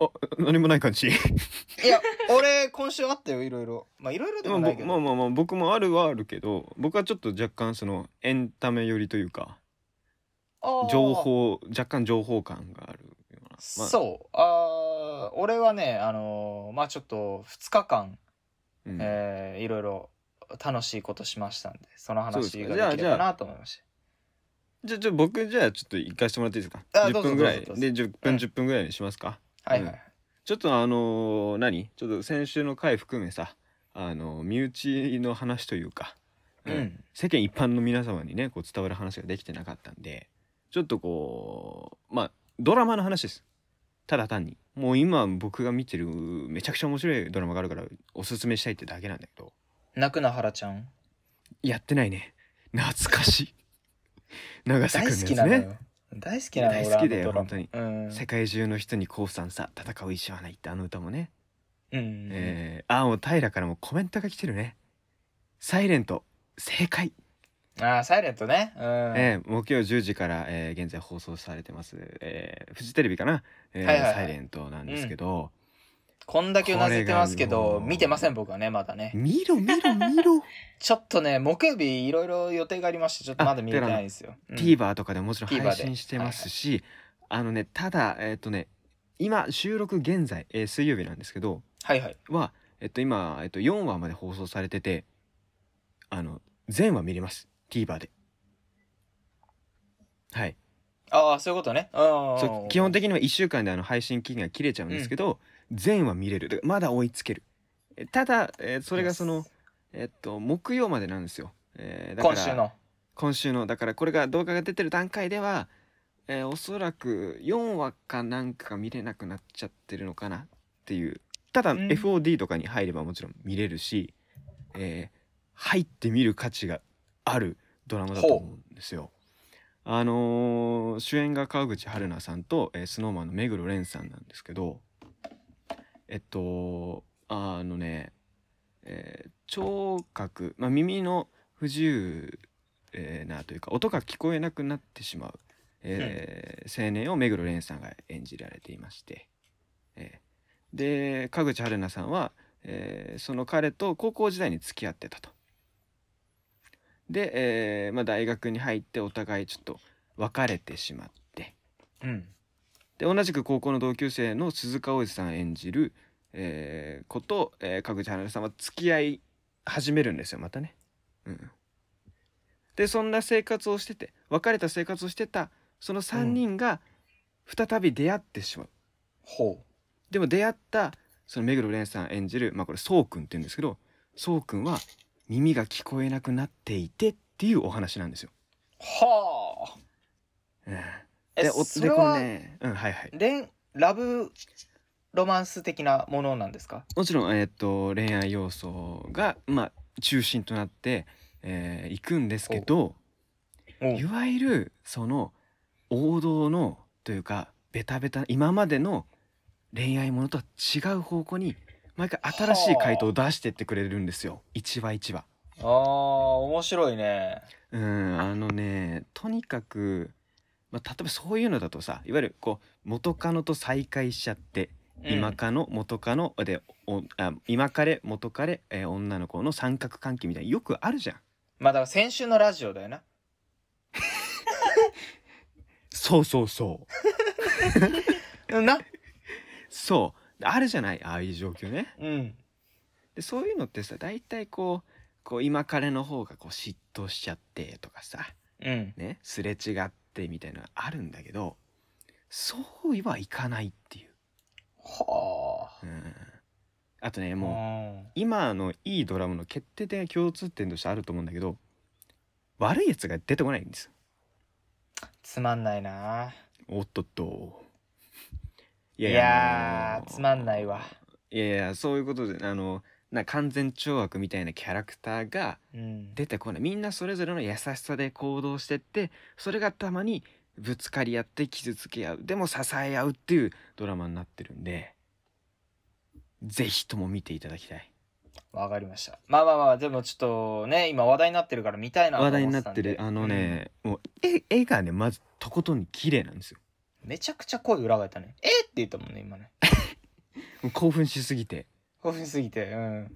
[SPEAKER 2] あ、何もない感 じ。
[SPEAKER 1] えいや俺今週あったよいろいろ。まあいろいろで
[SPEAKER 2] まあ、
[SPEAKER 1] もないけ
[SPEAKER 2] ぼ
[SPEAKER 1] ど。
[SPEAKER 2] まあまあまあ、僕もあるはあるけど、僕はちょっと若干そのエンタメ寄りというか、
[SPEAKER 1] あー
[SPEAKER 2] 情報、若干情報感があるような。まあ
[SPEAKER 1] そうあー俺はねあのーまあちょっと2日間、
[SPEAKER 2] うん
[SPEAKER 1] えーいろいろ楽しいことしましたんでその
[SPEAKER 2] そうです
[SPEAKER 1] 話
[SPEAKER 2] か
[SPEAKER 1] ができ
[SPEAKER 2] じゃ
[SPEAKER 1] れ
[SPEAKER 2] あ
[SPEAKER 1] ばなと思いました
[SPEAKER 2] じゃあ、じゃあ僕じゃあちょっと行かしてもらっていいですか
[SPEAKER 1] あ
[SPEAKER 2] ?10
[SPEAKER 1] どうぞ
[SPEAKER 2] 分ぐらい。
[SPEAKER 1] どうぞどうぞ
[SPEAKER 2] で、10
[SPEAKER 1] う
[SPEAKER 2] 分、
[SPEAKER 1] ん
[SPEAKER 2] 10分ぐらいにしますか、
[SPEAKER 1] はいはい、
[SPEAKER 2] ちょっとあのー何ちょっと先週の回含めさ、あのー身内の話というか、
[SPEAKER 1] うん
[SPEAKER 2] 世間一般の皆様にね、こう伝わる話ができてなかったんで、ちょっとこう、まあ、ドラマの話です。ただ単に。もう今僕が見てるめちゃくちゃ面白いドラマがあるからおすすめしたいってだけなんだけど、
[SPEAKER 1] 泣くな原ちゃん
[SPEAKER 2] やってないね。懐かしい。長瀬
[SPEAKER 1] 大
[SPEAKER 2] くん
[SPEAKER 1] 好
[SPEAKER 2] の
[SPEAKER 1] き
[SPEAKER 2] や
[SPEAKER 1] な
[SPEAKER 2] つ
[SPEAKER 1] の
[SPEAKER 2] ね。
[SPEAKER 1] よ大好きなの
[SPEAKER 2] 大好きだよ
[SPEAKER 1] 俺あの
[SPEAKER 2] 本当に
[SPEAKER 1] ドラマうん
[SPEAKER 2] 世界中の人に降参さ、戦う意志はないってあの歌もね。
[SPEAKER 1] うん
[SPEAKER 2] えー、あもう平からもコメントが来てるね。サイレント正解、
[SPEAKER 1] ああサイレントねうん、
[SPEAKER 2] えー木曜10時から、えー現在放送されてます、えーフジテレビかな、えー
[SPEAKER 1] はいはいはい
[SPEAKER 2] サイレントなんですけど、
[SPEAKER 1] こんだけうなずいてますけ
[SPEAKER 2] これ
[SPEAKER 1] ど
[SPEAKER 2] がもう
[SPEAKER 1] 見てません僕はねまだね
[SPEAKER 2] 見ろ見ろ見 ろ
[SPEAKER 1] ちょっとね木曜日いろいろ予定がありましてちょっとまだ見れてないんですよ、うん
[SPEAKER 2] TVer とかでもちろん
[SPEAKER 1] TVer で
[SPEAKER 2] 配信してますし、あのねただえっ、とね今収録現在、えー水曜日なんですけど
[SPEAKER 1] はいはい
[SPEAKER 2] は、えっと今、えっと、4話まで放送されててあの全話見れます TVer で。はい
[SPEAKER 1] ああそういうことね
[SPEAKER 2] そ
[SPEAKER 1] うん
[SPEAKER 2] う基本的には1週間であの配信期限が切れちゃうんですけど、全は見れるだからまだ追いつけるえただ、えーそれがその、えっと木曜までなんですよ、えーだから
[SPEAKER 1] 今週の
[SPEAKER 2] 今週のだからこれが動画が出てる段階では、えーおそらく4話かなんかが見れなくなっちゃってるのかなっていうただ
[SPEAKER 1] うん
[SPEAKER 2] FOD とかに入ればもちろん見れるし、えー入って見る価値があるドラマだと思うんですよ。あのー主演が川口春奈さんと、えー、スノーマンの目黒蓮さんなんですけどえっとあのね、えー聴覚、まあ、耳の不自由、えーなというか音が聞こえなくなってしまう、えー青年を目黒蓮さんが演じられていまして、えーで川口春奈さんは、えーその彼と高校時代に付き合ってたと。で、えーまあ、大学に入ってお互いちょっと別れてしまって
[SPEAKER 1] うん
[SPEAKER 2] で同じく高校の同級生の鈴鹿央士さん演じる、えーこと、えー、川口春奈さんは付き合い始めるんですよまたね。うん、でそんな生活をしてて別れた生活をしてたその3人が再び出会ってしまう。
[SPEAKER 1] ほ
[SPEAKER 2] でも出会ったその目黒蓮さん演じるまあこれそうくんって言うんですけどそうくんは耳が聞こえなくなっていてっていうお話なんですよ。
[SPEAKER 1] うはあ
[SPEAKER 2] うん
[SPEAKER 1] え
[SPEAKER 2] でお
[SPEAKER 1] そ
[SPEAKER 2] で
[SPEAKER 1] れ
[SPEAKER 2] この
[SPEAKER 1] は
[SPEAKER 2] ね、うん、はいはい
[SPEAKER 1] 恋ラブロマンス的なものなんですか
[SPEAKER 2] もちろん、えーっと恋愛要素が、まあ、中心となってい、えー行くんですけどいわゆるその王道のというかベタベタ今までの恋愛ものとは違う方向に毎回新しい回答を出してってくれるんですよ一話一話。
[SPEAKER 1] あー面白いね
[SPEAKER 2] うんあのねとにかく、まあ、例えばそういうのだとさいわゆるこう元カノと再会しちゃって、
[SPEAKER 1] うん
[SPEAKER 2] 今カノ元カノでおあ今彼元彼、えー女の子の三角関係みたいによくあるじゃん。
[SPEAKER 1] まあだから先週のラジオだよな
[SPEAKER 2] そうそうそう。
[SPEAKER 1] な
[SPEAKER 2] そうあるじゃないああいう状況ね。
[SPEAKER 1] うん
[SPEAKER 2] でそういうのってさ大体こうこう今彼の方がこう嫉妬しちゃってとかさ
[SPEAKER 1] うん
[SPEAKER 2] ねすれ違ってみたいなのあるんだけどそうはいかないっていう。
[SPEAKER 1] はあ
[SPEAKER 2] うんあとね
[SPEAKER 1] う
[SPEAKER 2] もうん今のいいドラムの決定的な共通点としてあると思うんだけど悪いやつが出てこないんですよ
[SPEAKER 1] つまんないな
[SPEAKER 2] おっとっとい
[SPEAKER 1] いや
[SPEAKER 2] あの
[SPEAKER 1] ーつまんないわ
[SPEAKER 2] いやいやそういうことであのな完全懲悪みたいなキャラクターが
[SPEAKER 1] うん
[SPEAKER 2] 出てこないみんなそれぞれの優しさで行動してってそれがたまにぶつかり合って傷つけ合うでも支え合うっていうドラマになってるんでぜひとも見ていただきたい
[SPEAKER 1] わかりましたまあまあまあでもちょっとね今話題になってるから見たいなと
[SPEAKER 2] 話題
[SPEAKER 1] 思て
[SPEAKER 2] に
[SPEAKER 1] た
[SPEAKER 2] なん
[SPEAKER 1] で
[SPEAKER 2] ってるあの、ね、もう絵絵がねまずとことん綺麗なんですよ
[SPEAKER 1] うんめちゃくちゃ声裏返ったねえーって言ったもんね今ね
[SPEAKER 2] もう興奮しすぎて
[SPEAKER 1] 興奮しすぎて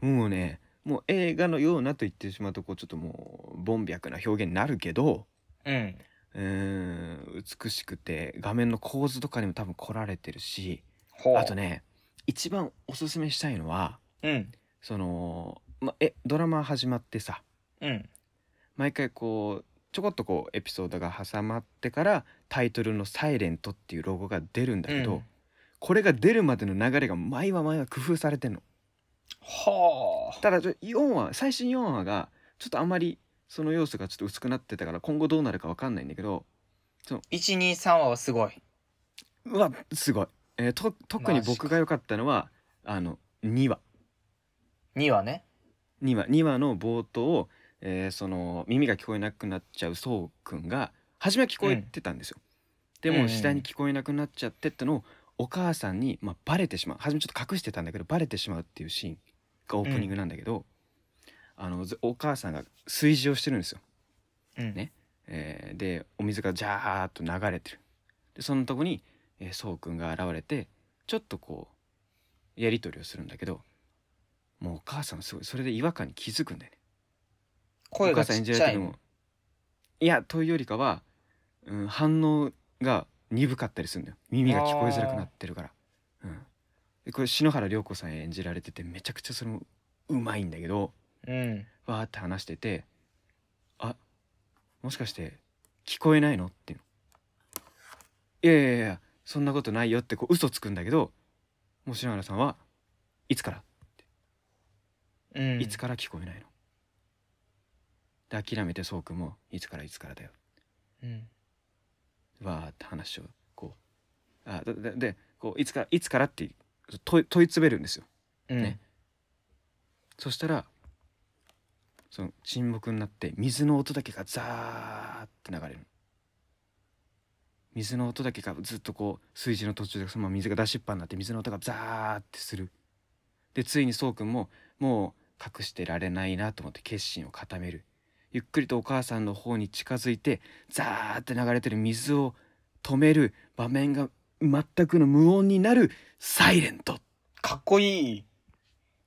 [SPEAKER 1] うん
[SPEAKER 2] もうねもう映画のようなと言ってしまうとこうちょっともう凡白な表現になるけど
[SPEAKER 1] うん
[SPEAKER 2] うーん美しくて画面の構図とかにも多分凝られてるし
[SPEAKER 1] ほう
[SPEAKER 2] あとね一番おすすめしたいのは
[SPEAKER 1] うん
[SPEAKER 2] その、ま、えドラマ始まってさ
[SPEAKER 1] うん
[SPEAKER 2] 毎回こうちょこっとこうエピソードが挟まってからタイトルの「サイレントっていうロゴが出るんだけど、
[SPEAKER 1] うん
[SPEAKER 2] これが出るまでの流れが毎は毎は工夫されてんの。
[SPEAKER 1] ほう
[SPEAKER 2] ただちょ4話最新4話がちょっとあまりその要素がちょっと薄くなってたから今後どうなるか分かんないんだけど
[SPEAKER 1] 123話はすごいう
[SPEAKER 2] わすごい、えーと特に僕が良かったのはあの2話。
[SPEAKER 1] 2話ね
[SPEAKER 2] 2話2話の冒頭を、えーその耳が聞こえなくなっちゃうそうくんが初めは聞こえてたんですよ、
[SPEAKER 1] うん
[SPEAKER 2] で
[SPEAKER 1] うんう
[SPEAKER 2] も
[SPEAKER 1] ん
[SPEAKER 2] 次第に聞こえなくなっちゃってってのをお母さんに、まあ、バレてしまう初めちょっと隠してたんだけどバレてしまうっていうシーンがオープニングなんだけど、あのずお母さんが炊事をしてるんですよ、
[SPEAKER 1] うん
[SPEAKER 2] ねえーでお水がジャーッと流れてるでそのとこに、えー、そうくんが現れてちょっとこうやり取りをするんだけどもうお母さんはすごいそれで違和感に気づくんだよね
[SPEAKER 1] 声
[SPEAKER 2] お母
[SPEAKER 1] が
[SPEAKER 2] さん
[SPEAKER 1] ちっ
[SPEAKER 2] 演じ
[SPEAKER 1] ち
[SPEAKER 2] ら
[SPEAKER 1] ゃ
[SPEAKER 2] れ
[SPEAKER 1] い
[SPEAKER 2] て
[SPEAKER 1] の
[SPEAKER 2] もいやというよりかは、うん、反応が鈍かったりするんだよ耳が聞こえづらくなってるから、うん、でこれ篠原涼子さん演じられててめちゃくちゃそれもうまいんだけど
[SPEAKER 1] うん
[SPEAKER 2] わーって話してて「あもしかして聞こえないの?」っていうの「いやいやいやそんなことないよ」ってこう嘘つくんだけどもう篠原さんは「いつから
[SPEAKER 1] うん
[SPEAKER 2] いつから聞こえないの?」で諦めてそうくんも「いつからいつからだよ」
[SPEAKER 1] うん
[SPEAKER 2] わーって話をこうあでででこういつからいつからって問い問い詰めるんですよ
[SPEAKER 1] うん
[SPEAKER 2] ねそしたらその沈黙になって水の音だけがザーって流れる水の音だけがずっとこう炊事の途中でそのまま水が出しっぱになって水の音がザーってするでついにそうくんももう隠してられないなと思って決心を固めるゆっくりとお母さんの方に近づいてザーって流れてる水を止める場面が全くの無音になるサイレントっ
[SPEAKER 1] かっこいい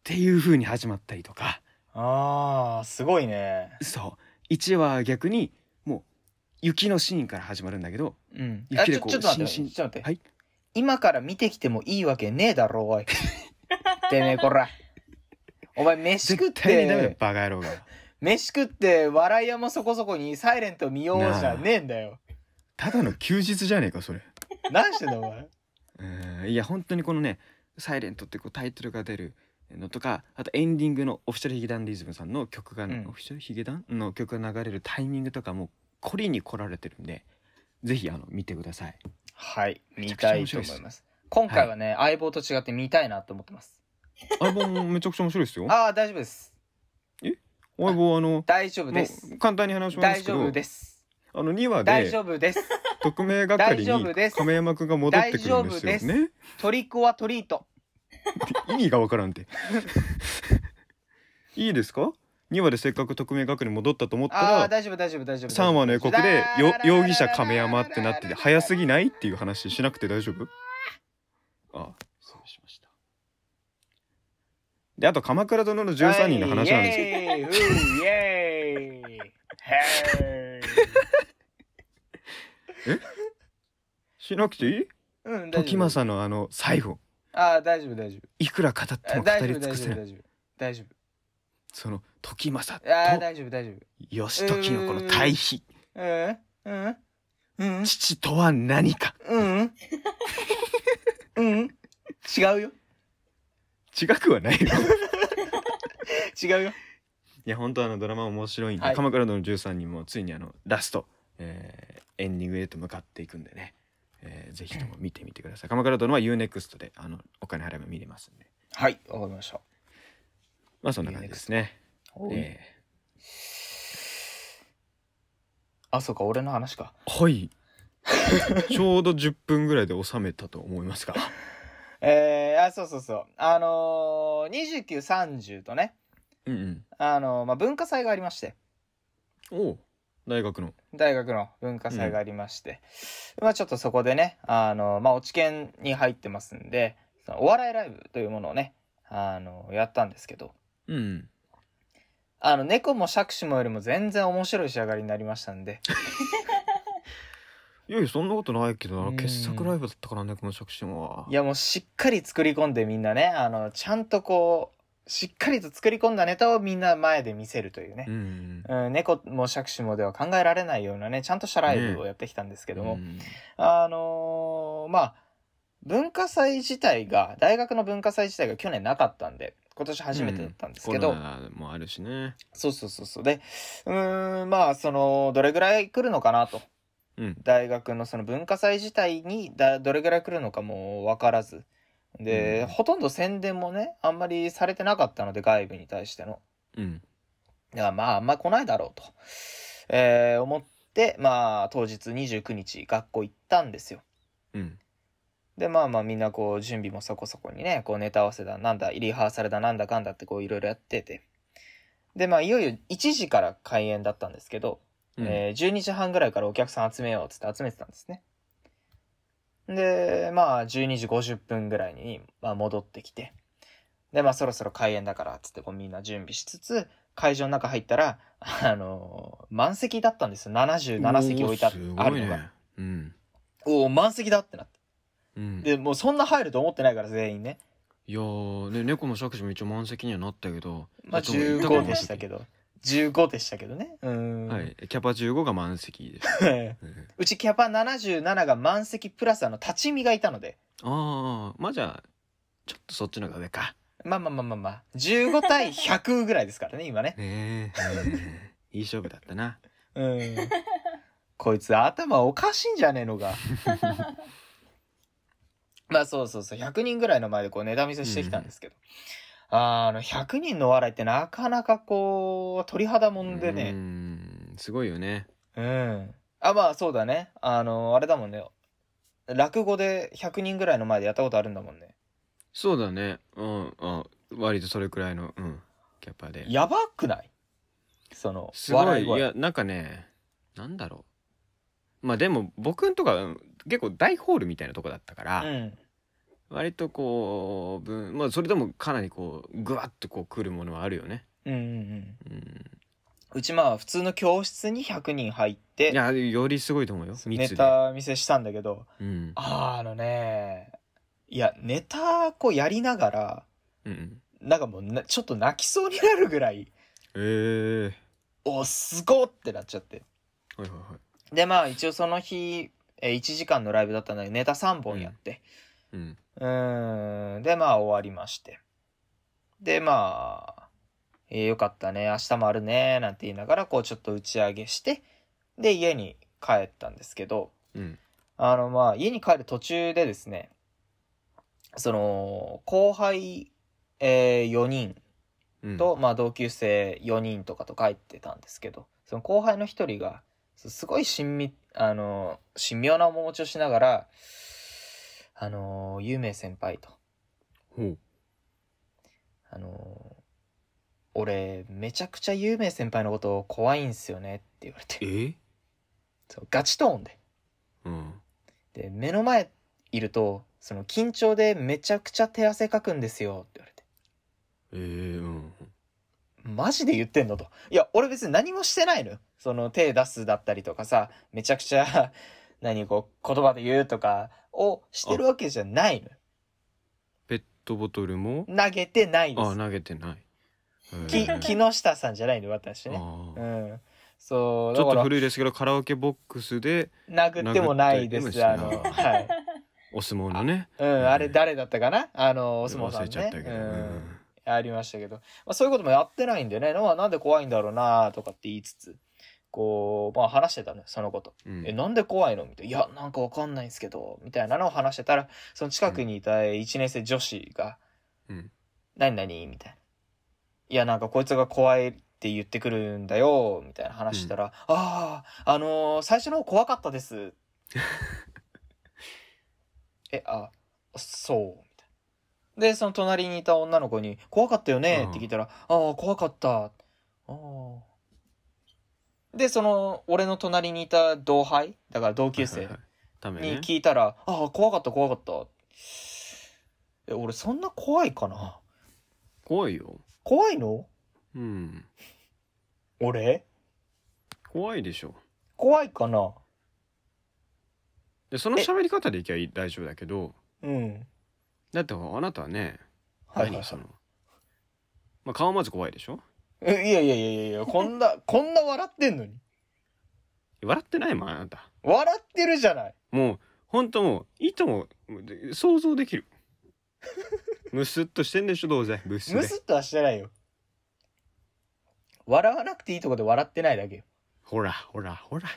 [SPEAKER 2] ていう風に始まったりとか
[SPEAKER 1] あーすごいね
[SPEAKER 2] そう1話は逆にもう雪のシーンから始まるんだけど
[SPEAKER 1] うんあ
[SPEAKER 2] 雪
[SPEAKER 1] ち
[SPEAKER 2] で
[SPEAKER 1] ょ
[SPEAKER 2] こう
[SPEAKER 1] ちょっと待って
[SPEAKER 2] しんしん
[SPEAKER 1] ちょっと待って、
[SPEAKER 2] はい
[SPEAKER 1] 今から見てきてもいいわけねえだろおいてめえこ らお前飯食っ
[SPEAKER 2] 絶対にダメだよ
[SPEAKER 1] て
[SPEAKER 2] バカ野郎が
[SPEAKER 1] 飯食って笑い山そこそこにサイレント見ようじゃねえんだよ
[SPEAKER 2] ただの休日じゃねえかそれ
[SPEAKER 1] 何してんだお前
[SPEAKER 2] うんいや本当にこのね「サイレントってこうタイトルが出るのとかあとエンディングのオフィシャルヒゲダンディズムさんの曲が、
[SPEAKER 1] うん
[SPEAKER 2] オフィシャルヒゲダンの曲が流れるタイミングとかもこりに来られてるんでぜひあの見てください
[SPEAKER 1] はい
[SPEAKER 2] めち
[SPEAKER 1] 見
[SPEAKER 2] ゃくちゃ
[SPEAKER 1] たい
[SPEAKER 2] 面
[SPEAKER 1] と
[SPEAKER 2] 白い
[SPEAKER 1] 思
[SPEAKER 2] です
[SPEAKER 1] います今回はね、相棒と違って見たいなと思ってます
[SPEAKER 2] 相棒もめちゃくちゃ面白いですよ
[SPEAKER 1] ああ大丈夫です
[SPEAKER 2] 相棒あの
[SPEAKER 1] 大丈夫で
[SPEAKER 2] も
[SPEAKER 1] す
[SPEAKER 2] う簡単に話しま
[SPEAKER 1] 大
[SPEAKER 2] すけ
[SPEAKER 1] 丈夫
[SPEAKER 2] ど
[SPEAKER 1] です
[SPEAKER 2] あの2話
[SPEAKER 1] 大
[SPEAKER 2] で
[SPEAKER 1] 丈夫です
[SPEAKER 2] 匿名係
[SPEAKER 1] 大丈夫で
[SPEAKER 2] に
[SPEAKER 1] す
[SPEAKER 2] 亀山くんが戻ってくるん
[SPEAKER 1] 大丈
[SPEAKER 2] で
[SPEAKER 1] 夫
[SPEAKER 2] す
[SPEAKER 1] で
[SPEAKER 2] よ
[SPEAKER 1] す
[SPEAKER 2] ね
[SPEAKER 1] トリコはトリート
[SPEAKER 2] 意味がわからんて いいですか2話でせっかく匿名係に戻ったと思った
[SPEAKER 1] ああ
[SPEAKER 2] ら
[SPEAKER 1] ー大丈夫大丈夫大丈夫
[SPEAKER 2] 3話の予告でよ
[SPEAKER 1] ララララララ
[SPEAKER 2] 容疑者亀山ってなってて早すぎないっていう話しなくて大丈夫あ失礼しましたであと「鎌倉殿の13人」の話なんですけど、
[SPEAKER 1] ですけど。イエーイふうイエーイへ
[SPEAKER 2] しなくていい
[SPEAKER 1] ーうん、大
[SPEAKER 2] 時
[SPEAKER 1] 丈夫。
[SPEAKER 2] 政のあの最後
[SPEAKER 1] あー、大丈夫、大丈
[SPEAKER 2] いくら語って
[SPEAKER 1] 夫。
[SPEAKER 2] も
[SPEAKER 1] 大
[SPEAKER 2] 語
[SPEAKER 1] 丈
[SPEAKER 2] り
[SPEAKER 1] 夫、
[SPEAKER 2] 尽
[SPEAKER 1] 大
[SPEAKER 2] くせ
[SPEAKER 1] 丈夫、
[SPEAKER 2] ない
[SPEAKER 1] 大丈夫。大丈
[SPEAKER 2] その時
[SPEAKER 1] 夫。あ
[SPEAKER 2] 政
[SPEAKER 1] ー、
[SPEAKER 2] と
[SPEAKER 1] 大丈夫、大丈
[SPEAKER 2] 義時のこの対比
[SPEAKER 1] 夫。うん、うん、
[SPEAKER 2] 父とは何か
[SPEAKER 1] うん、うん、うん、違うよ。
[SPEAKER 2] 違くはないよ
[SPEAKER 1] 違うよ。
[SPEAKER 2] いや本当あのドラマ面白いんで、
[SPEAKER 1] はい
[SPEAKER 2] 鎌倉殿の13人もついにあのラスト、えーエンディングへと向かっていくんでね、えーぜひとも見てみてください鎌倉殿は UNEXT であのお金払えば見れますんで
[SPEAKER 1] はい、わかりました。
[SPEAKER 2] まあそんな感じですね、え
[SPEAKER 1] あ、そうか、俺の話か。
[SPEAKER 2] ーはい ちょうど10分ぐらいで収めたと思いますが
[SPEAKER 1] えー、あ、そうそうそう。あのー、29、30とね、
[SPEAKER 2] うんうん
[SPEAKER 1] あのーまあ、文化祭がありまして、
[SPEAKER 2] おう大学の
[SPEAKER 1] 大学の文化祭がありまして、まあちょっとそこでね、あのーまあ、落研に入ってますんで、そのお笑いライブというものをね、あのーやったんですけど、
[SPEAKER 2] うんうん
[SPEAKER 1] あの、猫も杓子もよりも全然面白い仕上がりになりましたん で、
[SPEAKER 2] いやいやそんなことないけどな
[SPEAKER 1] うん
[SPEAKER 2] 傑作ライブだったからねこの作詞はい
[SPEAKER 1] やもうしっかり作り込んでみんなね、あの、ちゃんとこう、しっかりと作り込んだネタをみんな前で見せるというね
[SPEAKER 2] う。ん
[SPEAKER 1] うん、猫も杓子もでは考えられないようなね、ちゃんとしたライブをやってきたんですけども、
[SPEAKER 2] うん
[SPEAKER 1] あのーまあ、文化祭自体が、大学の文化祭自体が去年なかったんで、今年初めてだったんですけど、
[SPEAKER 2] コロナもあるしね
[SPEAKER 1] そうそうそうそう。で、うーん、まあ、その、どれぐらい来るのかなと。
[SPEAKER 2] うん
[SPEAKER 1] 大学のその文化祭自体にだどれぐらい来るのかも分からず
[SPEAKER 2] う
[SPEAKER 1] で、
[SPEAKER 2] ん
[SPEAKER 1] ほとんど宣伝もねあんまりされてなかったので外部に対しての
[SPEAKER 2] うん
[SPEAKER 1] いやまああんま来ないだろうと、えー思ってまあ当日29日学校行ったんですよ
[SPEAKER 2] うん
[SPEAKER 1] でまあまあみんなこう準備もそこそこにねこうネタ合わせだなんだリハーサルだなんだかんだってこういろいろやっててでまあいよいよ1時から開演だったんですけど、
[SPEAKER 2] うん
[SPEAKER 1] えー12時半ぐらいからお客さん集めようっつって集めてたんですね。で、まあ、12時50分ぐらいに、まあ、戻ってきて、で、まあ、そろそろ開演だからっつって、こう、みんな準備しつつ、会場の中入ったら、あのー満席だったんですよ。77席置いてあ
[SPEAKER 2] おー
[SPEAKER 1] ある
[SPEAKER 2] す
[SPEAKER 1] の
[SPEAKER 2] ごい
[SPEAKER 1] が。
[SPEAKER 2] ねうん
[SPEAKER 1] おお、満席だってなって。
[SPEAKER 2] うん
[SPEAKER 1] で、もうそんな入ると思ってないから、全員ね。
[SPEAKER 2] いやーね猫も釈子も一応満席にはなったけど
[SPEAKER 1] まあ、
[SPEAKER 2] それとも
[SPEAKER 1] 15でしたけど。15でしたけどね。うーん。
[SPEAKER 2] はいキャパ15が満席でした、うん
[SPEAKER 1] うちキャパ77が満席プラスあの、立ち見がいたので。
[SPEAKER 2] ああまあじゃあちょっとそっちの方が上か
[SPEAKER 1] まあまあまあまあまあ、15対100ぐらいですからね、今ね。
[SPEAKER 2] ねえいい勝負だったな
[SPEAKER 1] うん。こいつ頭おかしいんじゃねえのか。 まあそうそうそう、100人ぐらいの前でこうネタ見せしてきたんですけど。あーあの、100人の笑いってなかなかこう、鳥肌もんで
[SPEAKER 2] うー
[SPEAKER 1] ね。
[SPEAKER 2] んすごいよね
[SPEAKER 1] うん。あ、まあそうだね。あの、あれだもんね。落語で100人ぐらいの前でやったことあるんだもんね。
[SPEAKER 2] そうだねうんあ割とそれくらいのうんキャパで
[SPEAKER 1] やばくないその、
[SPEAKER 2] すご
[SPEAKER 1] 笑
[SPEAKER 2] い
[SPEAKER 1] い
[SPEAKER 2] い
[SPEAKER 1] 声
[SPEAKER 2] やなんかねなんだろうまあでも僕んとこはうん結構大ホールみたいなとこだったから、
[SPEAKER 1] うん。
[SPEAKER 2] 割とこう分まあそれでもかなりこうぐわっとこう来るものはあるよね
[SPEAKER 1] うんうんうん。
[SPEAKER 2] うん
[SPEAKER 1] うちまあ普通の教室に100人入っ
[SPEAKER 2] い
[SPEAKER 1] て
[SPEAKER 2] やよりすごいと思うよ
[SPEAKER 1] ネ
[SPEAKER 2] 密で、
[SPEAKER 1] タ見せしたんだけど
[SPEAKER 2] うん、
[SPEAKER 1] あーあのねいやネタこうやりながら
[SPEAKER 2] うんうん
[SPEAKER 1] なんかもうなちょっと泣きそうになるぐらい
[SPEAKER 2] えー、
[SPEAKER 1] おすごっってなっちゃって
[SPEAKER 2] はいはいはい
[SPEAKER 1] でまあ一応その日えー1時間のライブだったんだけどネタ3本やって
[SPEAKER 2] うん
[SPEAKER 1] うーんでまあ終わりましてでまあ、えーよかったね明日もあるねなんて言いながらこうちょっと打ち上げしてで家に帰ったんですけど
[SPEAKER 2] うん
[SPEAKER 1] あの、まあ、家に帰る途中でですね、その、後輩、えー4人
[SPEAKER 2] うん
[SPEAKER 1] と、まあ、同級生4人とかと帰ってたんですけど、その後輩の1人が、すすごい神秘、あの、神妙な面持ちをしながら、あの、有名先輩と、
[SPEAKER 2] ほう
[SPEAKER 1] あの、俺、めちゃくちゃ有名先輩のこと怖いんすよねって言われ
[SPEAKER 2] え
[SPEAKER 1] て、そうガチトーンで。
[SPEAKER 2] うん
[SPEAKER 1] で目の前いるとその緊張でめちゃくちゃ手汗かくんですよって言われて
[SPEAKER 2] えー、うん
[SPEAKER 1] マジで言ってんのといや俺別に何もしてないのよその手出すだったりとかさめちゃくちゃ 何こう言葉で言うとかをしてるわけじゃないのよ
[SPEAKER 2] ペットボトルも
[SPEAKER 1] 投げてないんで
[SPEAKER 2] あ
[SPEAKER 1] す
[SPEAKER 2] 投げてない、え
[SPEAKER 1] き
[SPEAKER 2] ー
[SPEAKER 1] 木下さんじゃないのよ私ね
[SPEAKER 2] あ
[SPEAKER 1] う
[SPEAKER 2] ー
[SPEAKER 1] んそう
[SPEAKER 2] ち
[SPEAKER 1] だ
[SPEAKER 2] ょっ
[SPEAKER 1] か
[SPEAKER 2] と
[SPEAKER 1] ら
[SPEAKER 2] 古いですけどカラオケボックスで
[SPEAKER 1] 殴ってもないで
[SPEAKER 2] 殴って
[SPEAKER 1] す
[SPEAKER 2] も
[SPEAKER 1] あの
[SPEAKER 2] しない
[SPEAKER 1] はい
[SPEAKER 2] お相撲のね
[SPEAKER 1] うん、あれ誰だったかなあの、お相撲
[SPEAKER 2] 忘
[SPEAKER 1] さ
[SPEAKER 2] れ
[SPEAKER 1] ん
[SPEAKER 2] ちゃ
[SPEAKER 1] ね
[SPEAKER 2] っ。たけど、
[SPEAKER 1] う
[SPEAKER 2] うん
[SPEAKER 1] ん。ありましたけど、まあ、そういうこともやってないんでね、まあなんで怖いんだろうなとかって言いつつ、こう、まあ話してたね、そのこと。
[SPEAKER 2] うん
[SPEAKER 1] え、なんで怖いのみたいな。いや、なんかわかんないんですけど、みたいなのを話してたら、その近くにいた1年生女子が、
[SPEAKER 2] うん
[SPEAKER 1] 何何みたいな。いや、なんかこいつが怖いって言ってくるんだよ、みたいな話したら、ああ、あのー最初の方怖かっ たです。え、あ、そう、みたいな。で、その隣にいた女の子に、怖かったよねって聞いたら、ああ、怖かった。ああ。で、その、俺の隣にいた同輩、だから同級
[SPEAKER 2] はい
[SPEAKER 1] 生
[SPEAKER 2] はいはいためね
[SPEAKER 1] に聞いたら、ああ、怖かった、怖かった。え、俺そんな怖いかな
[SPEAKER 2] 怖いよ
[SPEAKER 1] 怖いの
[SPEAKER 2] うん
[SPEAKER 1] 俺
[SPEAKER 2] 怖いでしょ
[SPEAKER 1] 怖いかな
[SPEAKER 2] でその喋り方でいきゃいい大丈夫だけど
[SPEAKER 1] うん。
[SPEAKER 2] だってあなたはね
[SPEAKER 1] はいはい
[SPEAKER 2] 何その、まあ、顔まず怖いでしょ
[SPEAKER 1] えいやいやいやいやいや、こんな、 こんな笑ってんのに。
[SPEAKER 2] 笑ってないもんあなた
[SPEAKER 1] 笑ってるじゃない。
[SPEAKER 2] もうほんともういともで想像でき るむすっとしてんでしょどうせブス
[SPEAKER 1] ム
[SPEAKER 2] で
[SPEAKER 1] スッとはしてないよ。笑わなくていいとこで笑ってないだけよ。
[SPEAKER 2] ほらほらほら
[SPEAKER 1] だ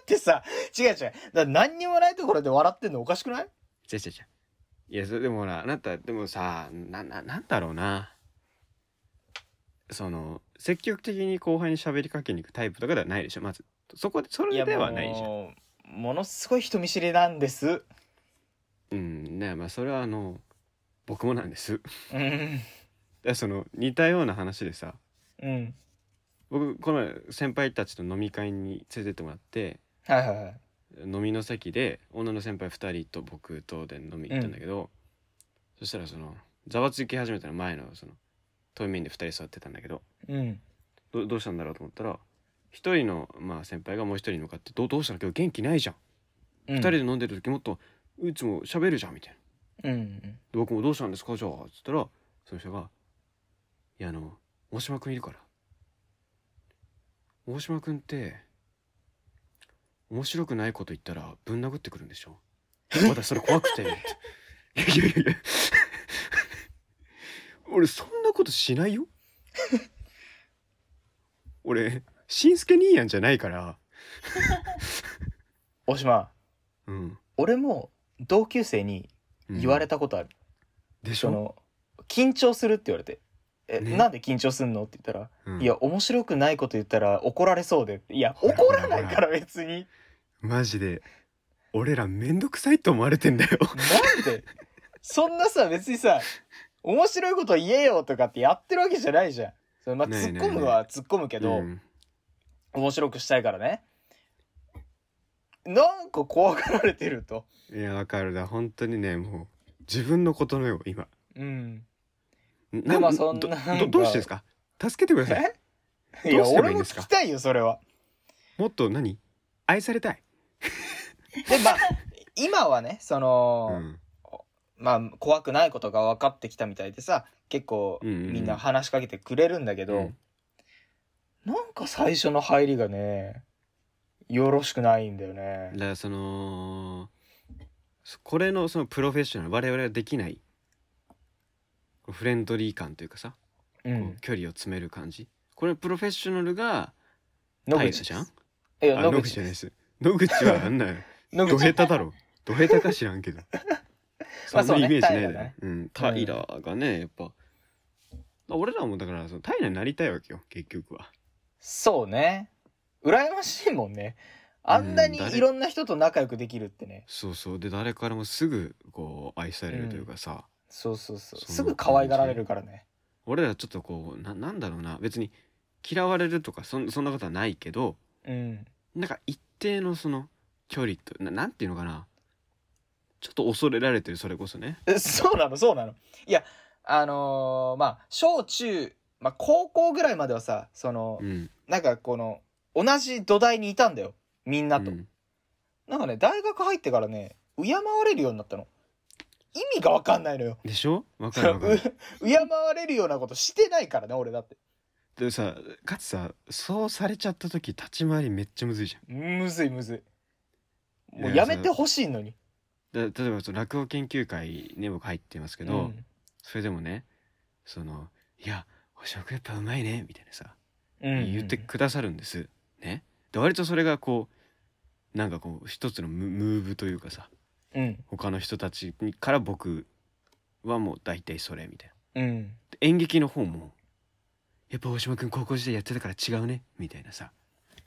[SPEAKER 1] ってさ、違う違う。だから何にもないところで笑ってんのおかしくない
[SPEAKER 2] じゃじゃじゃいやそれでもほらあなたでもさなななんだろうなその積極的に後輩に喋りかけに行くタイプとかではないでしょまずそこでそれではないじゃん
[SPEAKER 1] もうものすごい人見知りなんです。
[SPEAKER 2] うんねまあそれはあの僕もなんです
[SPEAKER 1] うん。
[SPEAKER 2] でその似たような話でさ
[SPEAKER 1] うん。
[SPEAKER 2] 僕この前先輩たちと飲み会に連れてってもらって
[SPEAKER 1] はいはいはい。
[SPEAKER 2] 飲みの席で女の先輩2人と僕とで飲み行ったんだけど、そしたらそのざわつき始めたの前のその遠い面で2人座ってたんだけど
[SPEAKER 1] うん。
[SPEAKER 2] どどうしたんだろうと思ったら1人の、まあ、先輩がもう1人に向かって「どうどうしたの今日元気ないじゃん
[SPEAKER 1] 二
[SPEAKER 2] 2人で飲んでる時もっとうちも喋るじゃん」みたいな。
[SPEAKER 1] うん。
[SPEAKER 2] で僕も「どうしたんですかじゃあ」っつったらその人が「いやあの大島君いるから大島君って面白くないこと言ったらぶん殴ってくるんでしょ私それ怖くて」いやいやいやいや俺そんなことしないよ俺しんすけ兄やんじゃないから
[SPEAKER 1] 大島、
[SPEAKER 2] うん、
[SPEAKER 1] 俺も同級生に
[SPEAKER 2] うん
[SPEAKER 1] 言われたことある。
[SPEAKER 2] でし
[SPEAKER 1] そ
[SPEAKER 2] ょ、
[SPEAKER 1] の、緊張するって言われて。え、
[SPEAKER 2] ね
[SPEAKER 1] なんで緊張すんのって言ったら、
[SPEAKER 2] うん
[SPEAKER 1] いや、面白くないこと言ったら怒られそうで。いや、
[SPEAKER 2] ほ
[SPEAKER 1] 怒
[SPEAKER 2] らほら
[SPEAKER 1] らないから別に。
[SPEAKER 2] マジで俺らめんどくさいと思われてんだよ
[SPEAKER 1] なんでそんなさ、別にさ、面白いこと言えよとかってやってるわけじゃないじゃん。それまあ、
[SPEAKER 2] ねえ
[SPEAKER 1] 突
[SPEAKER 2] ねえ
[SPEAKER 1] っ
[SPEAKER 2] ねえ
[SPEAKER 1] 込むは突っ込むけど、
[SPEAKER 2] うん
[SPEAKER 1] 面白くしたいからね。なんか怖がられてると。
[SPEAKER 2] いや、わかるだ。本当にね、もう、自分のことのよ、今。
[SPEAKER 1] うん。
[SPEAKER 2] な
[SPEAKER 1] でもそんな
[SPEAKER 2] ど
[SPEAKER 1] なん
[SPEAKER 2] ど
[SPEAKER 1] か
[SPEAKER 2] どうしてですか助けてください。
[SPEAKER 1] えい
[SPEAKER 2] どう
[SPEAKER 1] や、
[SPEAKER 2] すれば
[SPEAKER 1] 俺
[SPEAKER 2] いいん
[SPEAKER 1] も
[SPEAKER 2] ですか
[SPEAKER 1] 聞きたいよ、それは。
[SPEAKER 2] もっと何愛されたい。
[SPEAKER 1] で、まあ、今はね、そうの、
[SPEAKER 2] ん。
[SPEAKER 1] まあ、怖くないことが分かってきたみたいでさ、結構、
[SPEAKER 2] うんうんうん
[SPEAKER 1] みんな話しかけてくれるんだけど、
[SPEAKER 2] うん
[SPEAKER 1] なんか最初の入りがね、よろしくないんだよね
[SPEAKER 2] だ。から、その、そこれの、その、プロフェッショナル、我々はできない、こうフレンドリー感というかさ、
[SPEAKER 1] う。
[SPEAKER 2] こうん距離を詰める感じ。これ、プロフェッショナルが、
[SPEAKER 1] 野
[SPEAKER 2] タイ
[SPEAKER 1] 口
[SPEAKER 2] プじゃん
[SPEAKER 1] いや、
[SPEAKER 2] あ、
[SPEAKER 1] 野
[SPEAKER 2] 野
[SPEAKER 1] 口
[SPEAKER 2] 口じゃない
[SPEAKER 1] で。
[SPEAKER 2] ですす。野口はあんなよ。
[SPEAKER 1] 野
[SPEAKER 2] ド
[SPEAKER 1] 口。
[SPEAKER 2] ヘタだろ。ドヘタか知らんけど。
[SPEAKER 1] ま
[SPEAKER 2] そ
[SPEAKER 1] あ
[SPEAKER 2] ん
[SPEAKER 1] そ
[SPEAKER 2] な
[SPEAKER 1] う
[SPEAKER 2] イ
[SPEAKER 1] ね
[SPEAKER 2] メージないだ
[SPEAKER 1] 平だね
[SPEAKER 2] ね。うん、タイラがね、やっぱ。俺らもだから、その平になりたいわけよ、結局は。
[SPEAKER 1] そうね。羨ましいもんね。あんなに
[SPEAKER 2] うん誰
[SPEAKER 1] いろんな人と仲良くできるってね。
[SPEAKER 2] そうそう、で、誰からもすぐ、こう、愛されるというかさ。
[SPEAKER 1] そうそうそう。
[SPEAKER 2] その
[SPEAKER 1] すぐ可愛がられるからね。
[SPEAKER 2] 俺らちょっとこう、な、なんだろうな、別に。嫌われるとか、そん、そんなことはないけど。
[SPEAKER 1] うん。
[SPEAKER 2] なんか一定のその距離と、ななんていうのかな。ちょっと恐れられてる、それこそね。
[SPEAKER 1] えそうなの、そうなの。いや、あのーまあ、小中、まあ、高校ぐらいまではさ、その
[SPEAKER 2] う、ん。
[SPEAKER 1] なんかこの、同じ土台にいたんだよ。みんなと
[SPEAKER 2] う。ん
[SPEAKER 1] なんかね、大学入ってからね、敬われるようになったの。意味がわかんないのよ。
[SPEAKER 2] でしょわかるわかる。
[SPEAKER 1] う敬われるようなことしてないからね、俺だって。
[SPEAKER 2] でさかつさそうされちゃった時立ち回りめっちゃむずいじゃん
[SPEAKER 1] むずいむずい。も
[SPEAKER 2] い
[SPEAKER 1] う
[SPEAKER 2] や
[SPEAKER 1] やめてほしいのに。
[SPEAKER 2] だ例えばその落語研究会ね僕入ってますけど、
[SPEAKER 1] うん
[SPEAKER 2] それでもねその「いやお食やっぱうまいね」みたいなさ
[SPEAKER 1] うんうん
[SPEAKER 2] 言ってくださるんです。ね、で割とそれがこうなんかこう一つのムムーブというかさ
[SPEAKER 1] うん
[SPEAKER 2] 他の人たちにから僕はもう大体それみたいな。
[SPEAKER 1] うん
[SPEAKER 2] で演劇の方もやっぱ大島君高校時代やってたから違うねみたいなさ、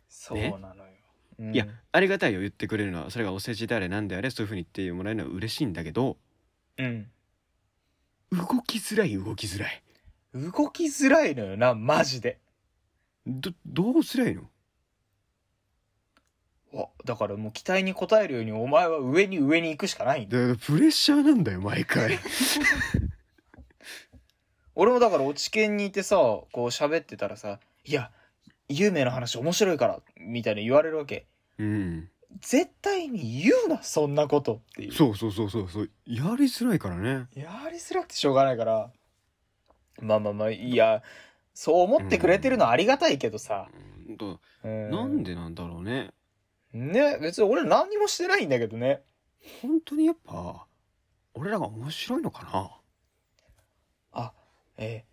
[SPEAKER 1] そうなのよ、うん
[SPEAKER 2] いやありがたいよ言ってくれるのはそれがお世辞であれなんであれそういう風に言ってもらえるのは嬉しいんだけど
[SPEAKER 1] うん
[SPEAKER 2] 動きづらい動きづらい
[SPEAKER 1] 動きづらいのよなマジで
[SPEAKER 2] どどうすりゃいいの
[SPEAKER 1] わだからもう期待に応えるようにお前は上に上に行くしかないんだ
[SPEAKER 2] だからプレッシャーなんだよ毎 回
[SPEAKER 1] 俺もだから落ち研にいてさこう喋ってたらさ「いや有名な話面白いから」みたいな言われるわけ
[SPEAKER 2] うん
[SPEAKER 1] 絶対に言うなそんなことっていう
[SPEAKER 2] そうそうそうそうそうやりづらいからね
[SPEAKER 1] やりづらくてしょうがないからまあまあまあいやそう思ってくれてるのはありがたいけどさ、
[SPEAKER 2] うんだ
[SPEAKER 1] うん
[SPEAKER 2] なんでなんだろうね
[SPEAKER 1] ね別に俺何にもしてないんだけどね
[SPEAKER 2] 本当にやっぱ俺らが面白いのかな
[SPEAKER 1] え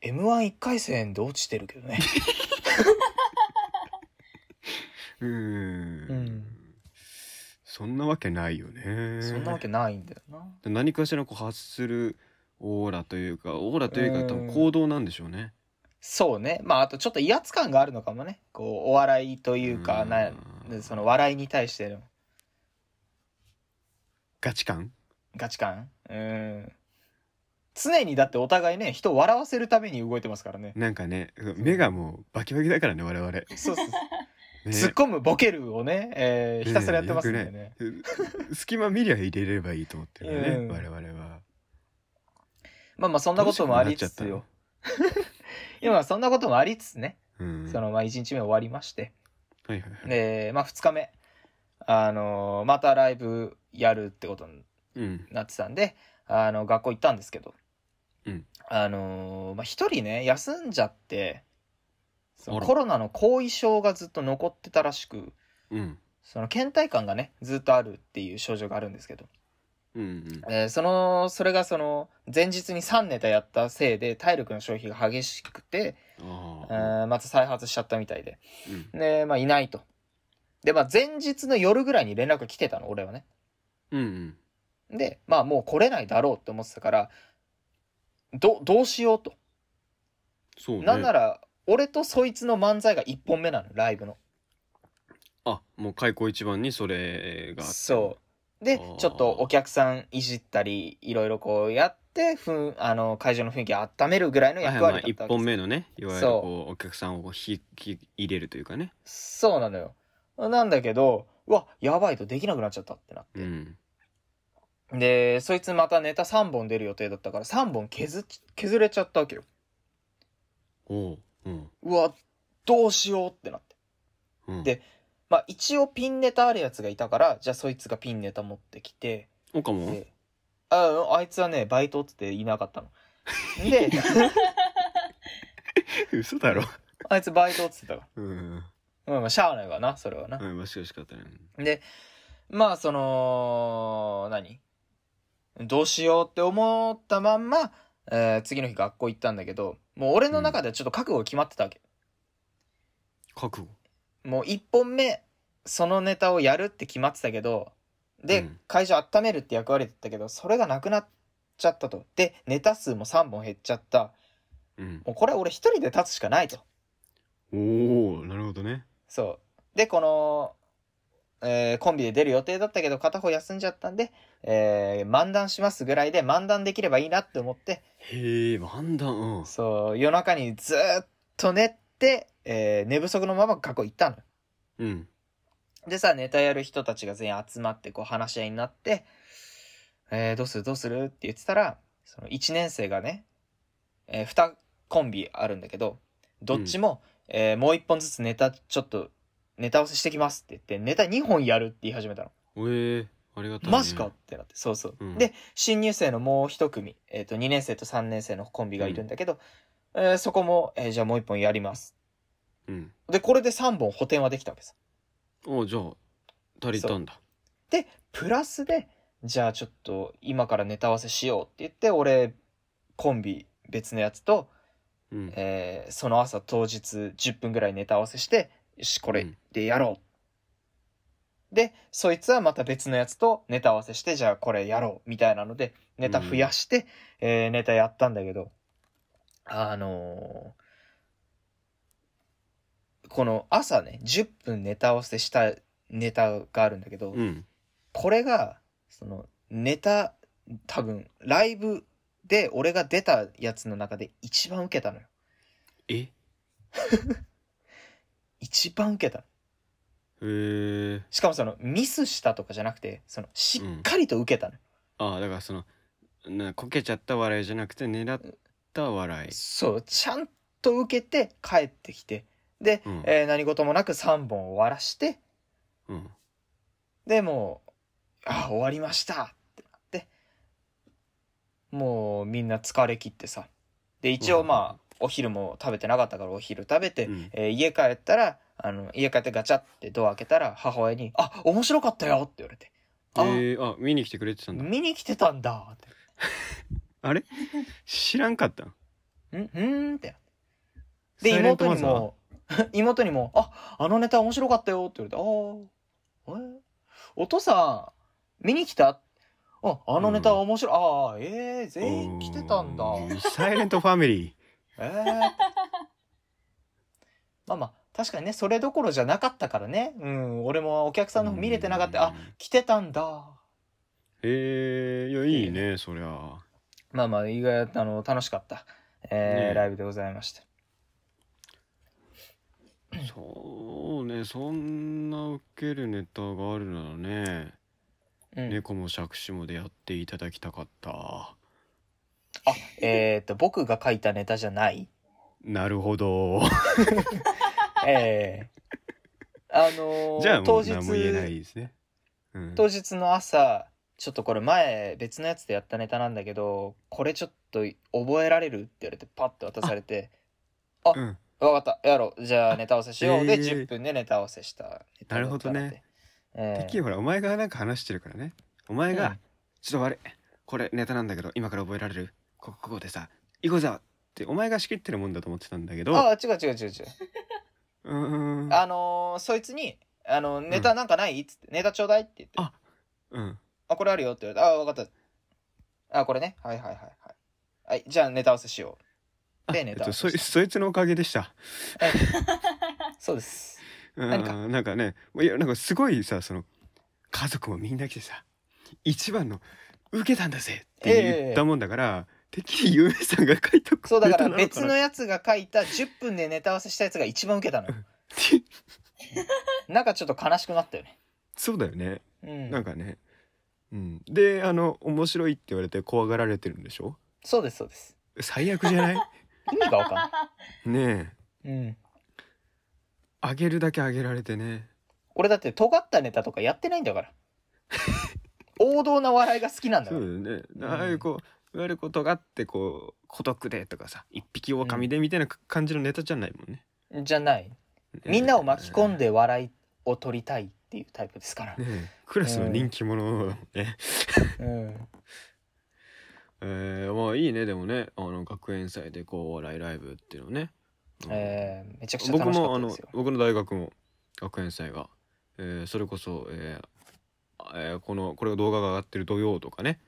[SPEAKER 1] m 1 1回戦で落ちてるけどね
[SPEAKER 2] うー
[SPEAKER 1] うん
[SPEAKER 2] そんなわけないよね
[SPEAKER 1] そんなわけないんだよな
[SPEAKER 2] 何かしらこう発するオーラというかオーラというか
[SPEAKER 1] うん
[SPEAKER 2] 多分行動なんでしょうね。
[SPEAKER 1] そうねまああとちょっと威圧感があるのかもねこうお笑いというか
[SPEAKER 2] うん
[SPEAKER 1] なその笑いに対しての
[SPEAKER 2] ガチ感
[SPEAKER 1] ガチ感うん常にだってお互いね人を笑わせるために動いてますからね
[SPEAKER 2] なんかね目がもうバキバキだからね我々。ね、
[SPEAKER 1] そうそうそう突っ込むボケるをね、えーひたすらやってますんでね
[SPEAKER 2] 隙間見りゃ入れればいいと思ってるよね、
[SPEAKER 1] うん
[SPEAKER 2] 我々は。
[SPEAKER 1] まあまあそんなこともありつつよ今そんなこともありつつね、
[SPEAKER 2] うん。
[SPEAKER 1] そ
[SPEAKER 2] はい
[SPEAKER 1] のまあ1日目終わりまして
[SPEAKER 2] はいはい。
[SPEAKER 1] でまあ2日目あのーまたライブやるってことに
[SPEAKER 2] うん
[SPEAKER 1] なってたんであの学校行ったんですけど、
[SPEAKER 2] うん
[SPEAKER 1] あのーまあ、一人ね休んじゃってその
[SPEAKER 2] あら
[SPEAKER 1] コロナの後遺症がずっと残ってたらしく
[SPEAKER 2] うん
[SPEAKER 1] その倦怠感がねずっとあるっていう症状があるんですけど、
[SPEAKER 2] うんうん
[SPEAKER 1] えーそのそれがその前日に3ネタやったせいで体力の消費が激しくて、
[SPEAKER 2] あ
[SPEAKER 1] え
[SPEAKER 2] あ
[SPEAKER 1] ーまた再発しちゃったみたいで
[SPEAKER 2] うん
[SPEAKER 1] で、まあ、いないとで、まあ、前日の夜ぐらいに連絡が来てたの俺はね
[SPEAKER 2] うんうん
[SPEAKER 1] で、まあもう来れないだろうって思ってたから、ど、どうしようと。
[SPEAKER 2] そうね。
[SPEAKER 1] なんなら、俺とそいつの漫才が1本目なの、ライブの。
[SPEAKER 2] あもう開口一番にそれがあって
[SPEAKER 1] そう。で
[SPEAKER 2] あー、
[SPEAKER 1] ちょっとお客さんいじったり、いろいろこうやって、ふん、あの、会場の雰囲気温めるぐらいの
[SPEAKER 2] はいはい
[SPEAKER 1] 役
[SPEAKER 2] まあ
[SPEAKER 1] 割だったわけです
[SPEAKER 2] 一本目のねいわゆる
[SPEAKER 1] そう
[SPEAKER 2] こうお客さんをこう引き入れるというかね。
[SPEAKER 1] そうなのよ。なんだけど、うわ、やばいとできなくなっちゃったってなって。
[SPEAKER 2] うん
[SPEAKER 1] で、そいつまたネタ3本出る予定だったから、3本削っ、削れちゃったわけよ。
[SPEAKER 2] おううん
[SPEAKER 1] うわ、どうしようってなって。
[SPEAKER 2] うん
[SPEAKER 1] でまあ一応ピンネタあるやつがいたから、じゃあそいつがピンネタ持ってきて、
[SPEAKER 2] おかも
[SPEAKER 1] でああいつはね、バイトっつっていなかったの。 で、
[SPEAKER 2] 嘘だろ
[SPEAKER 1] あいつバイトっつってたか
[SPEAKER 2] うん
[SPEAKER 1] ら。まあまあ、しゃあないわな、それはな。
[SPEAKER 2] うんまあしかしかったね
[SPEAKER 1] で、まあその、何どうしようって思ったまんま、えー次の日学校行ったんだけど、もう俺の中ではちょっと覚悟が決まってたわけ。
[SPEAKER 2] 覚悟
[SPEAKER 1] もう1本目、そのネタをやるって決まってたけど、で、
[SPEAKER 2] うん
[SPEAKER 1] 会場温めるって役割だったけど、それがなくなっちゃったと。で、ネタ数も3本減っちゃった。
[SPEAKER 2] うん
[SPEAKER 1] もうこれは俺一人で立つしかないと。
[SPEAKER 2] おおなるほどね
[SPEAKER 1] そう。で、この、えーコンビで出る予定だったけど、片方休んじゃったんで、えー漫談しますぐらいで漫談できればいいなって思って、
[SPEAKER 2] へえ漫談うん
[SPEAKER 1] そう、夜中にずーっと寝て、えー寝不足のまま学校行ったの。
[SPEAKER 2] うん
[SPEAKER 1] でさ、ネタやる人たちが全員集まって、こう話し合いになって、えーどうするどうするって言ってたら、その1年生がね、えー、2コンビあるんだけど、どっちも、えーもう1本ずつネタちょっと、ネタ合わせしてきますって言って、ネタ2本やるって言い始めたの。
[SPEAKER 2] おえありがたいね
[SPEAKER 1] マジかってなって、そうそう。
[SPEAKER 2] うん
[SPEAKER 1] で、新入生のもう1組、えっ、と、2年生と3年生のコンビがいるんだけど、えーそこも、えーじゃあもう1本やります。
[SPEAKER 2] うん
[SPEAKER 1] で、これで3本補填はできたわけさ。
[SPEAKER 2] おじゃあ足りたんだ
[SPEAKER 1] で、プラスで、じゃあちょっと今からネタ合わせしようって言って、俺、コンビ別のやつと、
[SPEAKER 2] うん
[SPEAKER 1] えーその朝当日10分ぐらいネタ合わせして、よし、これでやろう。で、そいつはまた別のやつとネタ合わせして、じゃあこれやろう、みたいなので、ネタ増やして、えーネタやったんだけど、あのーこの朝ね、10分ネタ合わせしたネタがあるんだけど、
[SPEAKER 2] うん
[SPEAKER 1] これが、その、ネタ、多分、ライブで俺が出たやつの中で一番受けたのよ。
[SPEAKER 2] えへ
[SPEAKER 1] 一番受けたの。
[SPEAKER 2] え
[SPEAKER 1] しかもその、ミスしたとかじゃなくて、その、しっかりと受けたの。
[SPEAKER 2] ああだからそのなこけちゃった笑いじゃなくて狙った笑い
[SPEAKER 1] そう、ちゃんと受けて帰ってきて、で、
[SPEAKER 2] うん
[SPEAKER 1] えー何事もなく3本終わらして、
[SPEAKER 2] うん
[SPEAKER 1] で、もう、あ、終わりましたってなって、もうみんな疲れ切ってさ。で、一応まあ、お昼も食べてなかったからお昼食べて、
[SPEAKER 2] うん
[SPEAKER 1] えー家帰ったら、あの、家帰ってガチャってドア開けたら、母親に、あ、面白かったよって言われて、あ、
[SPEAKER 2] えー、あ見に来てくれてたんだ
[SPEAKER 1] 見に来てたんだって。
[SPEAKER 2] あれ知らんかったん
[SPEAKER 1] んんーんってなって。で、
[SPEAKER 2] サイレント
[SPEAKER 1] 妹
[SPEAKER 2] マ
[SPEAKER 1] に
[SPEAKER 2] ザー
[SPEAKER 1] も、 妹にも、あ、あのネタ面白かったよって言われて、ああ、えお父さん、見に来たあ、あのネタ面白い。ああ、ええ全員来てたんだ。
[SPEAKER 2] おーサイレントファミ リ
[SPEAKER 1] ええまあまあ、確かにね、それどころじゃなかったからね。うん、俺もお客
[SPEAKER 2] ー
[SPEAKER 1] さんの方見れてなかった。
[SPEAKER 2] う
[SPEAKER 1] あ
[SPEAKER 2] ん、
[SPEAKER 1] 来てたんだ。
[SPEAKER 2] えー、いやいいねそりゃ
[SPEAKER 1] まあまあ、意外、あの、楽しかった。
[SPEAKER 2] ね
[SPEAKER 1] えー
[SPEAKER 2] え
[SPEAKER 1] ライブでございました。
[SPEAKER 2] そうねそんなウケるネタがあるならね、
[SPEAKER 1] うん。
[SPEAKER 2] 猫も杓子もでやっていただきたかった
[SPEAKER 1] あ、えっ、と、僕が書いたネタじ ゃない
[SPEAKER 2] なるほ ど
[SPEAKER 1] ええあのー
[SPEAKER 2] じゃあも
[SPEAKER 1] 当
[SPEAKER 2] う
[SPEAKER 1] 日
[SPEAKER 2] 何も言えないですね、うん、
[SPEAKER 1] 当日の朝、ちょっとこれ前別のやつでやったネタなんだけど、これちょっと覚えられるって言われてパッと渡されて、
[SPEAKER 2] うん、
[SPEAKER 1] わかった、やろう。じゃあネタ合わせしよう。
[SPEAKER 2] え
[SPEAKER 1] で、
[SPEAKER 2] え
[SPEAKER 1] 10分でネタ合わせした。
[SPEAKER 2] なるほどね。
[SPEAKER 1] え
[SPEAKER 2] てっ
[SPEAKER 1] え
[SPEAKER 2] きりほらお前がなんか話してるからねお前が、
[SPEAKER 1] うん
[SPEAKER 2] ちょっと悪いこれネタなんだけど今から覚えられるこここでさ行こうぜってお前が仕切ってるもんだと思ってたんだけど
[SPEAKER 1] ああ、違う違う違う違う。
[SPEAKER 2] うーん
[SPEAKER 1] あのーそいつに、あの、ネタなんかないっつって、ネタちょうだいって言って、
[SPEAKER 2] あうん
[SPEAKER 1] あ、これあるよって言われて、あ、わかった。あ、これね。はいはいはいはい。はい、じゃあネタ合わせしよう。
[SPEAKER 2] あ
[SPEAKER 1] で、
[SPEAKER 2] え
[SPEAKER 1] ネ
[SPEAKER 2] っ
[SPEAKER 1] タ合
[SPEAKER 2] と、
[SPEAKER 1] わ
[SPEAKER 2] そ
[SPEAKER 1] せ
[SPEAKER 2] い
[SPEAKER 1] した。
[SPEAKER 2] そいつのおかげでした
[SPEAKER 1] そうです。
[SPEAKER 2] うん
[SPEAKER 1] 何か
[SPEAKER 2] なんかねいやなんかすごいさその家族もみんな来てさ一番の「受けたんだぜ!」って言ったもんだから、てっきりゆうめいさんが書いた
[SPEAKER 1] そうだか
[SPEAKER 2] ネタ
[SPEAKER 1] ら
[SPEAKER 2] なの
[SPEAKER 1] 別の
[SPEAKER 2] なっ
[SPEAKER 1] やつが書いた10分でネタ合わせしたやつが一番受けた のよ。
[SPEAKER 2] て
[SPEAKER 1] なんかちょっと悲しくなったよね。
[SPEAKER 2] そうだよね、
[SPEAKER 1] うん。
[SPEAKER 2] なんかね、うん、であの面白いって言われて怖がられてるんでしょ
[SPEAKER 1] そうですそうです。
[SPEAKER 2] 最悪じゃ ない
[SPEAKER 1] 意味がわか
[SPEAKER 2] ねえ
[SPEAKER 1] んない。うん。
[SPEAKER 2] あげるだけあげられてね
[SPEAKER 1] 俺だって尖ったネタとかやってないん だから。王道な笑いが好きなんだ
[SPEAKER 2] そ
[SPEAKER 1] か
[SPEAKER 2] う
[SPEAKER 1] ら。
[SPEAKER 2] だよね、
[SPEAKER 1] うん
[SPEAKER 2] ああいうこういわゆるこう尖ってこう孤独でとかさ一匹狼でみたいな感じのネタじゃないもんね、
[SPEAKER 1] じゃない。みんなを巻き込
[SPEAKER 2] で
[SPEAKER 1] んで笑いを取りたいっていうタイプですか
[SPEAKER 2] ね
[SPEAKER 1] ら。
[SPEAKER 2] えクラスの人気者だもんね、
[SPEAKER 1] うん。
[SPEAKER 2] えー、まあいいねでもねあの学園祭でこうお笑いライブっていうのね、うん
[SPEAKER 1] えー、めちゃくちゃ
[SPEAKER 2] 僕
[SPEAKER 1] 楽しかっ
[SPEAKER 2] もあ
[SPEAKER 1] たで
[SPEAKER 2] の
[SPEAKER 1] すよ。
[SPEAKER 2] 僕の大学も学園祭が、えーそれこそ、えーあえーこのこれが動画が上がってる土曜とかね、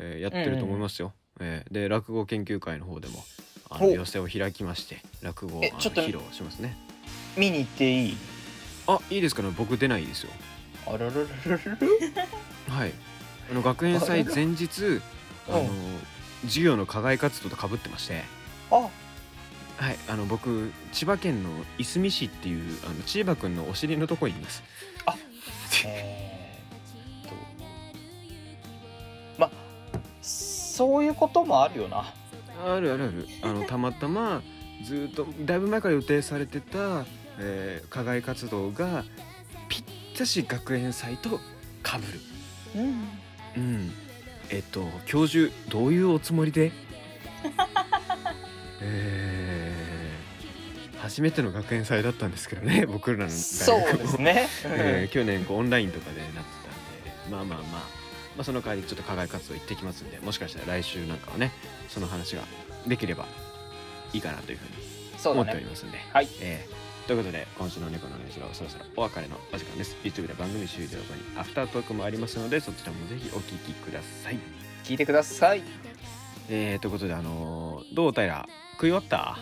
[SPEAKER 2] えーやってると思いますよ、えーで落語研究会の方でもあの
[SPEAKER 1] お
[SPEAKER 2] 寄せを開きまして落語をあ
[SPEAKER 1] え
[SPEAKER 2] の
[SPEAKER 1] ちょっと
[SPEAKER 2] 披露しますね
[SPEAKER 1] 見に行っていい
[SPEAKER 2] あいいですかね僕出ないですよ
[SPEAKER 1] あららららら
[SPEAKER 2] はいあの学園祭前日あ
[SPEAKER 1] あれ
[SPEAKER 2] の授業の課外活動とかぶってまして
[SPEAKER 1] あ、
[SPEAKER 2] はい、あの僕千葉県のいすみ市っていうあの千葉くんのお尻のとこにいます。
[SPEAKER 1] えーっと。ま、そういうこともあるよな。
[SPEAKER 2] あるあるある。あのたまたまずーっとだいぶ前から予定されてた、えー課外活動がぴったし学園祭と被る。
[SPEAKER 1] うん。
[SPEAKER 2] うん。えっと教授どういうおつもり で？えー初めての学園祭だ ったんですけどね僕らの大学も
[SPEAKER 1] そうですね。
[SPEAKER 2] えー去年こうオンラインとかでなってたんでまあまあまあまあその代わりちょっと課外活動行ってきますんでもしかしたら来週なんかはねその話ができればいいかなというふうに
[SPEAKER 1] そう
[SPEAKER 2] 思
[SPEAKER 1] だ
[SPEAKER 2] っており
[SPEAKER 1] ね。
[SPEAKER 2] ますんで、
[SPEAKER 1] はい。
[SPEAKER 2] えーということで今週の「猫のねじろ」そろそろお別れのお時間です YouTube で番組終了後にアフタートークもありますのでそちらもぜひお聞きください
[SPEAKER 1] 聞いてください。
[SPEAKER 2] えー、ということであのーどう平食い終わった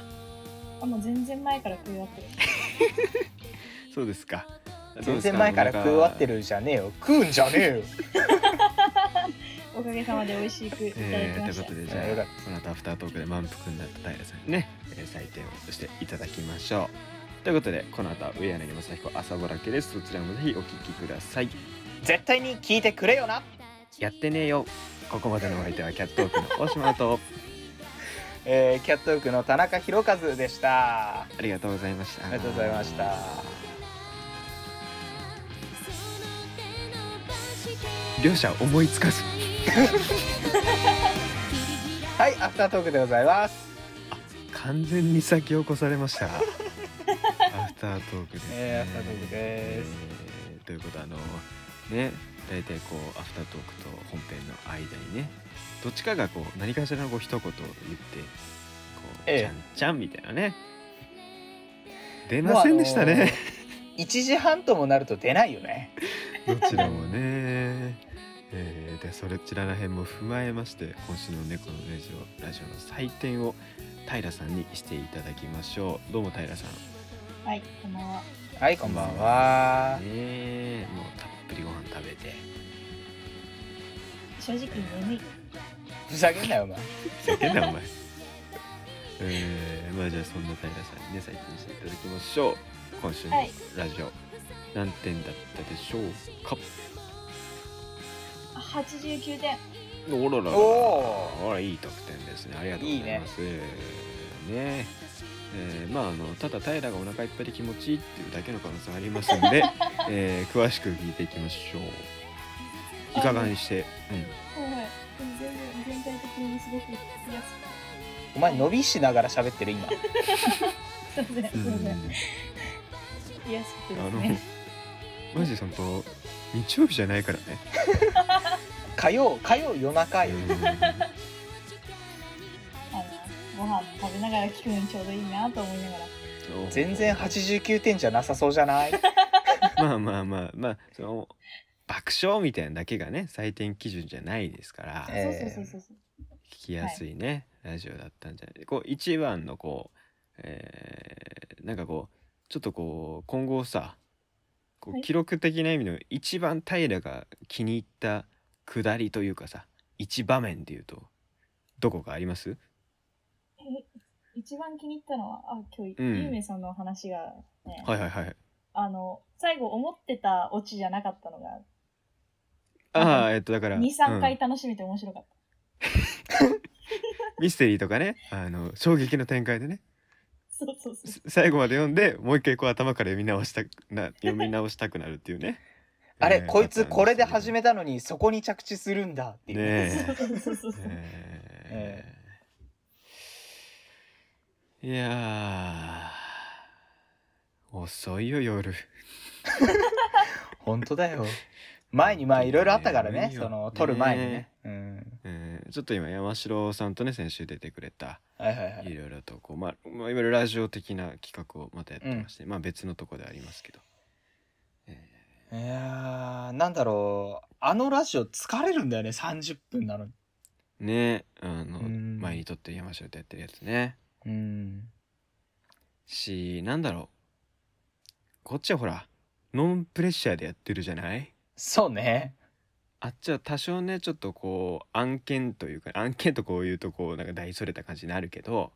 [SPEAKER 3] あもう全然前から食い終わってる
[SPEAKER 2] そうですかどう
[SPEAKER 1] 全
[SPEAKER 2] です
[SPEAKER 1] 然前から食い終わって
[SPEAKER 2] る
[SPEAKER 1] るじゃねえよ。食うんじゃねえ よ。
[SPEAKER 3] おかげさまで美味しくいただ
[SPEAKER 2] え
[SPEAKER 3] き
[SPEAKER 2] ー、
[SPEAKER 3] ま
[SPEAKER 2] という
[SPEAKER 3] し
[SPEAKER 2] こ
[SPEAKER 3] た
[SPEAKER 2] とでじゃあ
[SPEAKER 1] よかっ
[SPEAKER 2] この後アフタートークで満腹になった平さんにね、えー採点をしていただきましょうということでこの後は上柳正彦朝ぼらけですそちらもぜひお聞きください
[SPEAKER 1] 絶対に聞いてくれよな。
[SPEAKER 2] やってねえよここまでのお相手はキャットオークの大島と
[SPEAKER 1] えーキャットウークの田中宏和でした。あ
[SPEAKER 2] ありがとうございました
[SPEAKER 1] りがとうございました。
[SPEAKER 2] 両者思いつかず
[SPEAKER 1] はい、アフタートークでございます。
[SPEAKER 2] 完全に先を越されましたア フタートークですね、
[SPEAKER 1] えーアフタートークです
[SPEAKER 2] えーということはあのね大体こうアフタートークと本編の間にねどっちかがこう何かしらのこう一言を言ってこう、
[SPEAKER 1] ええ
[SPEAKER 2] ちゃんちゃんみたいなね出ませんでした
[SPEAKER 1] もうあの
[SPEAKER 2] ね、
[SPEAKER 1] ー。一時半ともなると出ないよね。
[SPEAKER 2] どちらもね えーでそれちらら辺も踏まえまして今週の「猫のラジオ」ラジオの採点を平さんにしていただきましょうどうも平さん
[SPEAKER 3] はいこんばんは
[SPEAKER 1] はい、こんばんは。
[SPEAKER 2] ねえもうたっぷりご飯食べて
[SPEAKER 3] 正直眠い
[SPEAKER 1] ふざけんなよ、お前。
[SPEAKER 2] ふざけんなお前 えー、まあじゃあそんな平さんにね採点していただきましょう今週の
[SPEAKER 3] はい
[SPEAKER 2] ラジオ、何点だったでしょうか
[SPEAKER 3] あ89点
[SPEAKER 2] おらららら
[SPEAKER 1] おー
[SPEAKER 2] あらいい得点ですねありがとうございますねえーまああのただ平がお腹いっぱいで気持ちいいっていうだけの可能性ありますんで、えー詳しく聞いていきましょういかがにして、うん、
[SPEAKER 3] はいはいでも全部全体的にすごく気が
[SPEAKER 1] お前、伸びしながら喋って る、今。
[SPEAKER 3] すみませんすみません癒やしくて
[SPEAKER 2] あの
[SPEAKER 3] ですね、
[SPEAKER 2] マジで本当日曜日じゃないからね。
[SPEAKER 1] 火曜、火曜夜中よ。
[SPEAKER 3] あのご飯食べながら聞くのにちょうどいいなと思いながら
[SPEAKER 1] 全然89点じゃなさそうじゃない
[SPEAKER 2] まあまあまあまあその爆笑みたいなだけがね採点基準じゃないですから
[SPEAKER 1] え
[SPEAKER 2] 聞
[SPEAKER 1] ー
[SPEAKER 3] そうそうそうそう
[SPEAKER 2] きやすいね、ラジオだったんじゃないこう一番のこう、えーなんかこうちょっとこう今後さこ
[SPEAKER 3] は
[SPEAKER 2] う
[SPEAKER 3] い
[SPEAKER 2] 記録的な意味の一番平が気に入った下りというかさ一場面でいうとどこかあります
[SPEAKER 3] え一番気に入ったのはあ今日、
[SPEAKER 2] うん
[SPEAKER 3] ゆうめいさんのお話がね、
[SPEAKER 2] はいはいはい。
[SPEAKER 3] あの最後思ってたオチじゃなかったのが
[SPEAKER 2] ああ、えっと、だから。う
[SPEAKER 3] 23
[SPEAKER 2] ん
[SPEAKER 3] 回楽しめて面白かっ
[SPEAKER 2] ミステリーとかね、あの、衝撃の展開でね、
[SPEAKER 3] た、そうそうそう
[SPEAKER 2] す最後まで読んで、もう一回こう頭から読み直したくな、読み直したくなるっていうね。
[SPEAKER 1] あ れ、
[SPEAKER 2] えー
[SPEAKER 1] こいつこれで始め
[SPEAKER 2] ね
[SPEAKER 1] たのにそこに着地するんだっていう、
[SPEAKER 2] え。
[SPEAKER 3] そうそうそうそう
[SPEAKER 2] えーいやー、遅いよ、夜。
[SPEAKER 1] 本当だよ前にまあいろいろあったからね
[SPEAKER 2] いいよ
[SPEAKER 1] その撮る前にね
[SPEAKER 2] ね
[SPEAKER 1] うん
[SPEAKER 2] えーちょっと今、山城さんとね、先週出てくれた、
[SPEAKER 1] はいはいはい
[SPEAKER 2] いろいろとこう、まあ、まあいわゆるラジオ的な企画をまたやってまして、まあ別のとこでありますけど。
[SPEAKER 1] いやーなんだろうあのラジオ疲れるんだよね30分なのに
[SPEAKER 2] ねあの
[SPEAKER 1] うん
[SPEAKER 2] 前に撮って山城とやってるやつね
[SPEAKER 1] うん
[SPEAKER 2] しなんだろうこっちはほらノンプレッシャーでやってるじゃない
[SPEAKER 1] そうね
[SPEAKER 2] あっちは多少ねちょっとこう案件というか案件とこういうとこうなんか大それた感じになるけど、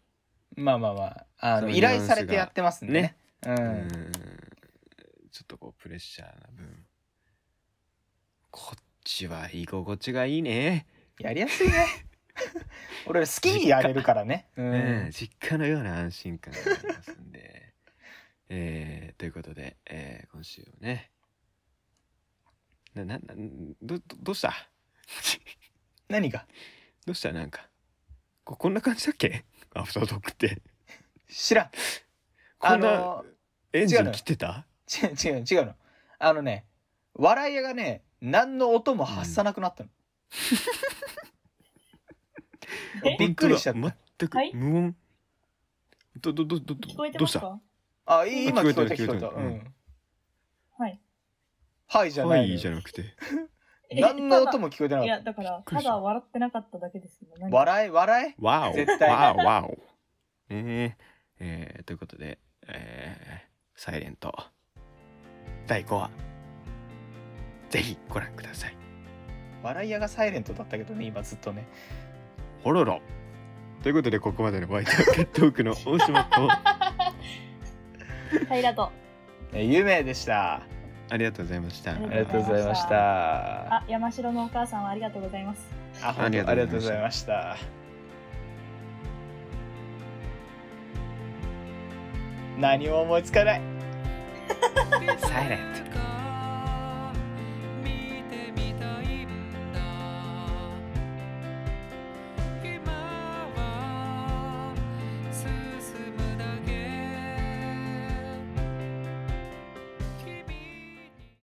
[SPEAKER 1] まあまあまああ
[SPEAKER 2] そ
[SPEAKER 1] の
[SPEAKER 2] の
[SPEAKER 1] 依頼されてやってますんでねう
[SPEAKER 2] うんんちょっとこうプレッシャーな分こっちは居心地がいいね、
[SPEAKER 1] やりやすいね 俺ら好きにやれるからねう
[SPEAKER 2] うん
[SPEAKER 1] ん、
[SPEAKER 2] 実家のような安心感がありますんで えー、ということで、えー、今週もねなななどどどうした
[SPEAKER 1] 何が
[SPEAKER 2] どうしたなんかここんな感じだっけアフタートークって
[SPEAKER 1] 知らん
[SPEAKER 2] こ
[SPEAKER 1] あ
[SPEAKER 2] んな
[SPEAKER 1] の
[SPEAKER 2] エンジ
[SPEAKER 1] 違う
[SPEAKER 2] ン
[SPEAKER 1] の
[SPEAKER 2] 切ってた
[SPEAKER 1] 違う違う違うのあのね笑い屋がね何の音も発さなくなったの、
[SPEAKER 3] え
[SPEAKER 1] びっくりしちゃった
[SPEAKER 2] 本当だ全く
[SPEAKER 3] はい
[SPEAKER 2] 無音どどどど
[SPEAKER 3] 聞こえて
[SPEAKER 2] どどう
[SPEAKER 3] ま
[SPEAKER 2] し
[SPEAKER 3] す
[SPEAKER 2] た
[SPEAKER 3] か
[SPEAKER 1] あい今聞こえた
[SPEAKER 2] 聞
[SPEAKER 1] 聞
[SPEAKER 2] こ
[SPEAKER 1] こ
[SPEAKER 2] え
[SPEAKER 1] え
[SPEAKER 2] た
[SPEAKER 1] た
[SPEAKER 2] 聞こえた
[SPEAKER 1] う
[SPEAKER 2] うん
[SPEAKER 1] ん
[SPEAKER 3] はい。
[SPEAKER 1] はいじゃ
[SPEAKER 2] は
[SPEAKER 1] ないのよ
[SPEAKER 2] いじゃなくて
[SPEAKER 3] え
[SPEAKER 1] 何の音
[SPEAKER 3] た
[SPEAKER 1] も聞こえて
[SPEAKER 3] だ
[SPEAKER 1] ないかっ
[SPEAKER 3] や、だから、
[SPEAKER 2] くり
[SPEAKER 3] た
[SPEAKER 2] した
[SPEAKER 3] だ笑ってなかっただけですよ。
[SPEAKER 1] た
[SPEAKER 3] 何
[SPEAKER 1] 笑い笑い
[SPEAKER 2] わお
[SPEAKER 1] 絶対
[SPEAKER 2] わおわおえー、えー、ということでえー、サイレント第5話ぜひご覧ください
[SPEAKER 1] 笑い屋がサイレントだったけどね今ずっとね
[SPEAKER 2] ほろろということでここまでのワイドア ットトークの大島と
[SPEAKER 3] 平と。
[SPEAKER 1] え有名でした
[SPEAKER 2] ありがとうございました
[SPEAKER 3] あ
[SPEAKER 1] ありがとうございまし
[SPEAKER 3] ありがとうございました
[SPEAKER 1] た
[SPEAKER 3] あ、山城のお母さんはありがとうございます。
[SPEAKER 1] あ本当ありがとうございました何も思いつかない
[SPEAKER 2] サイレント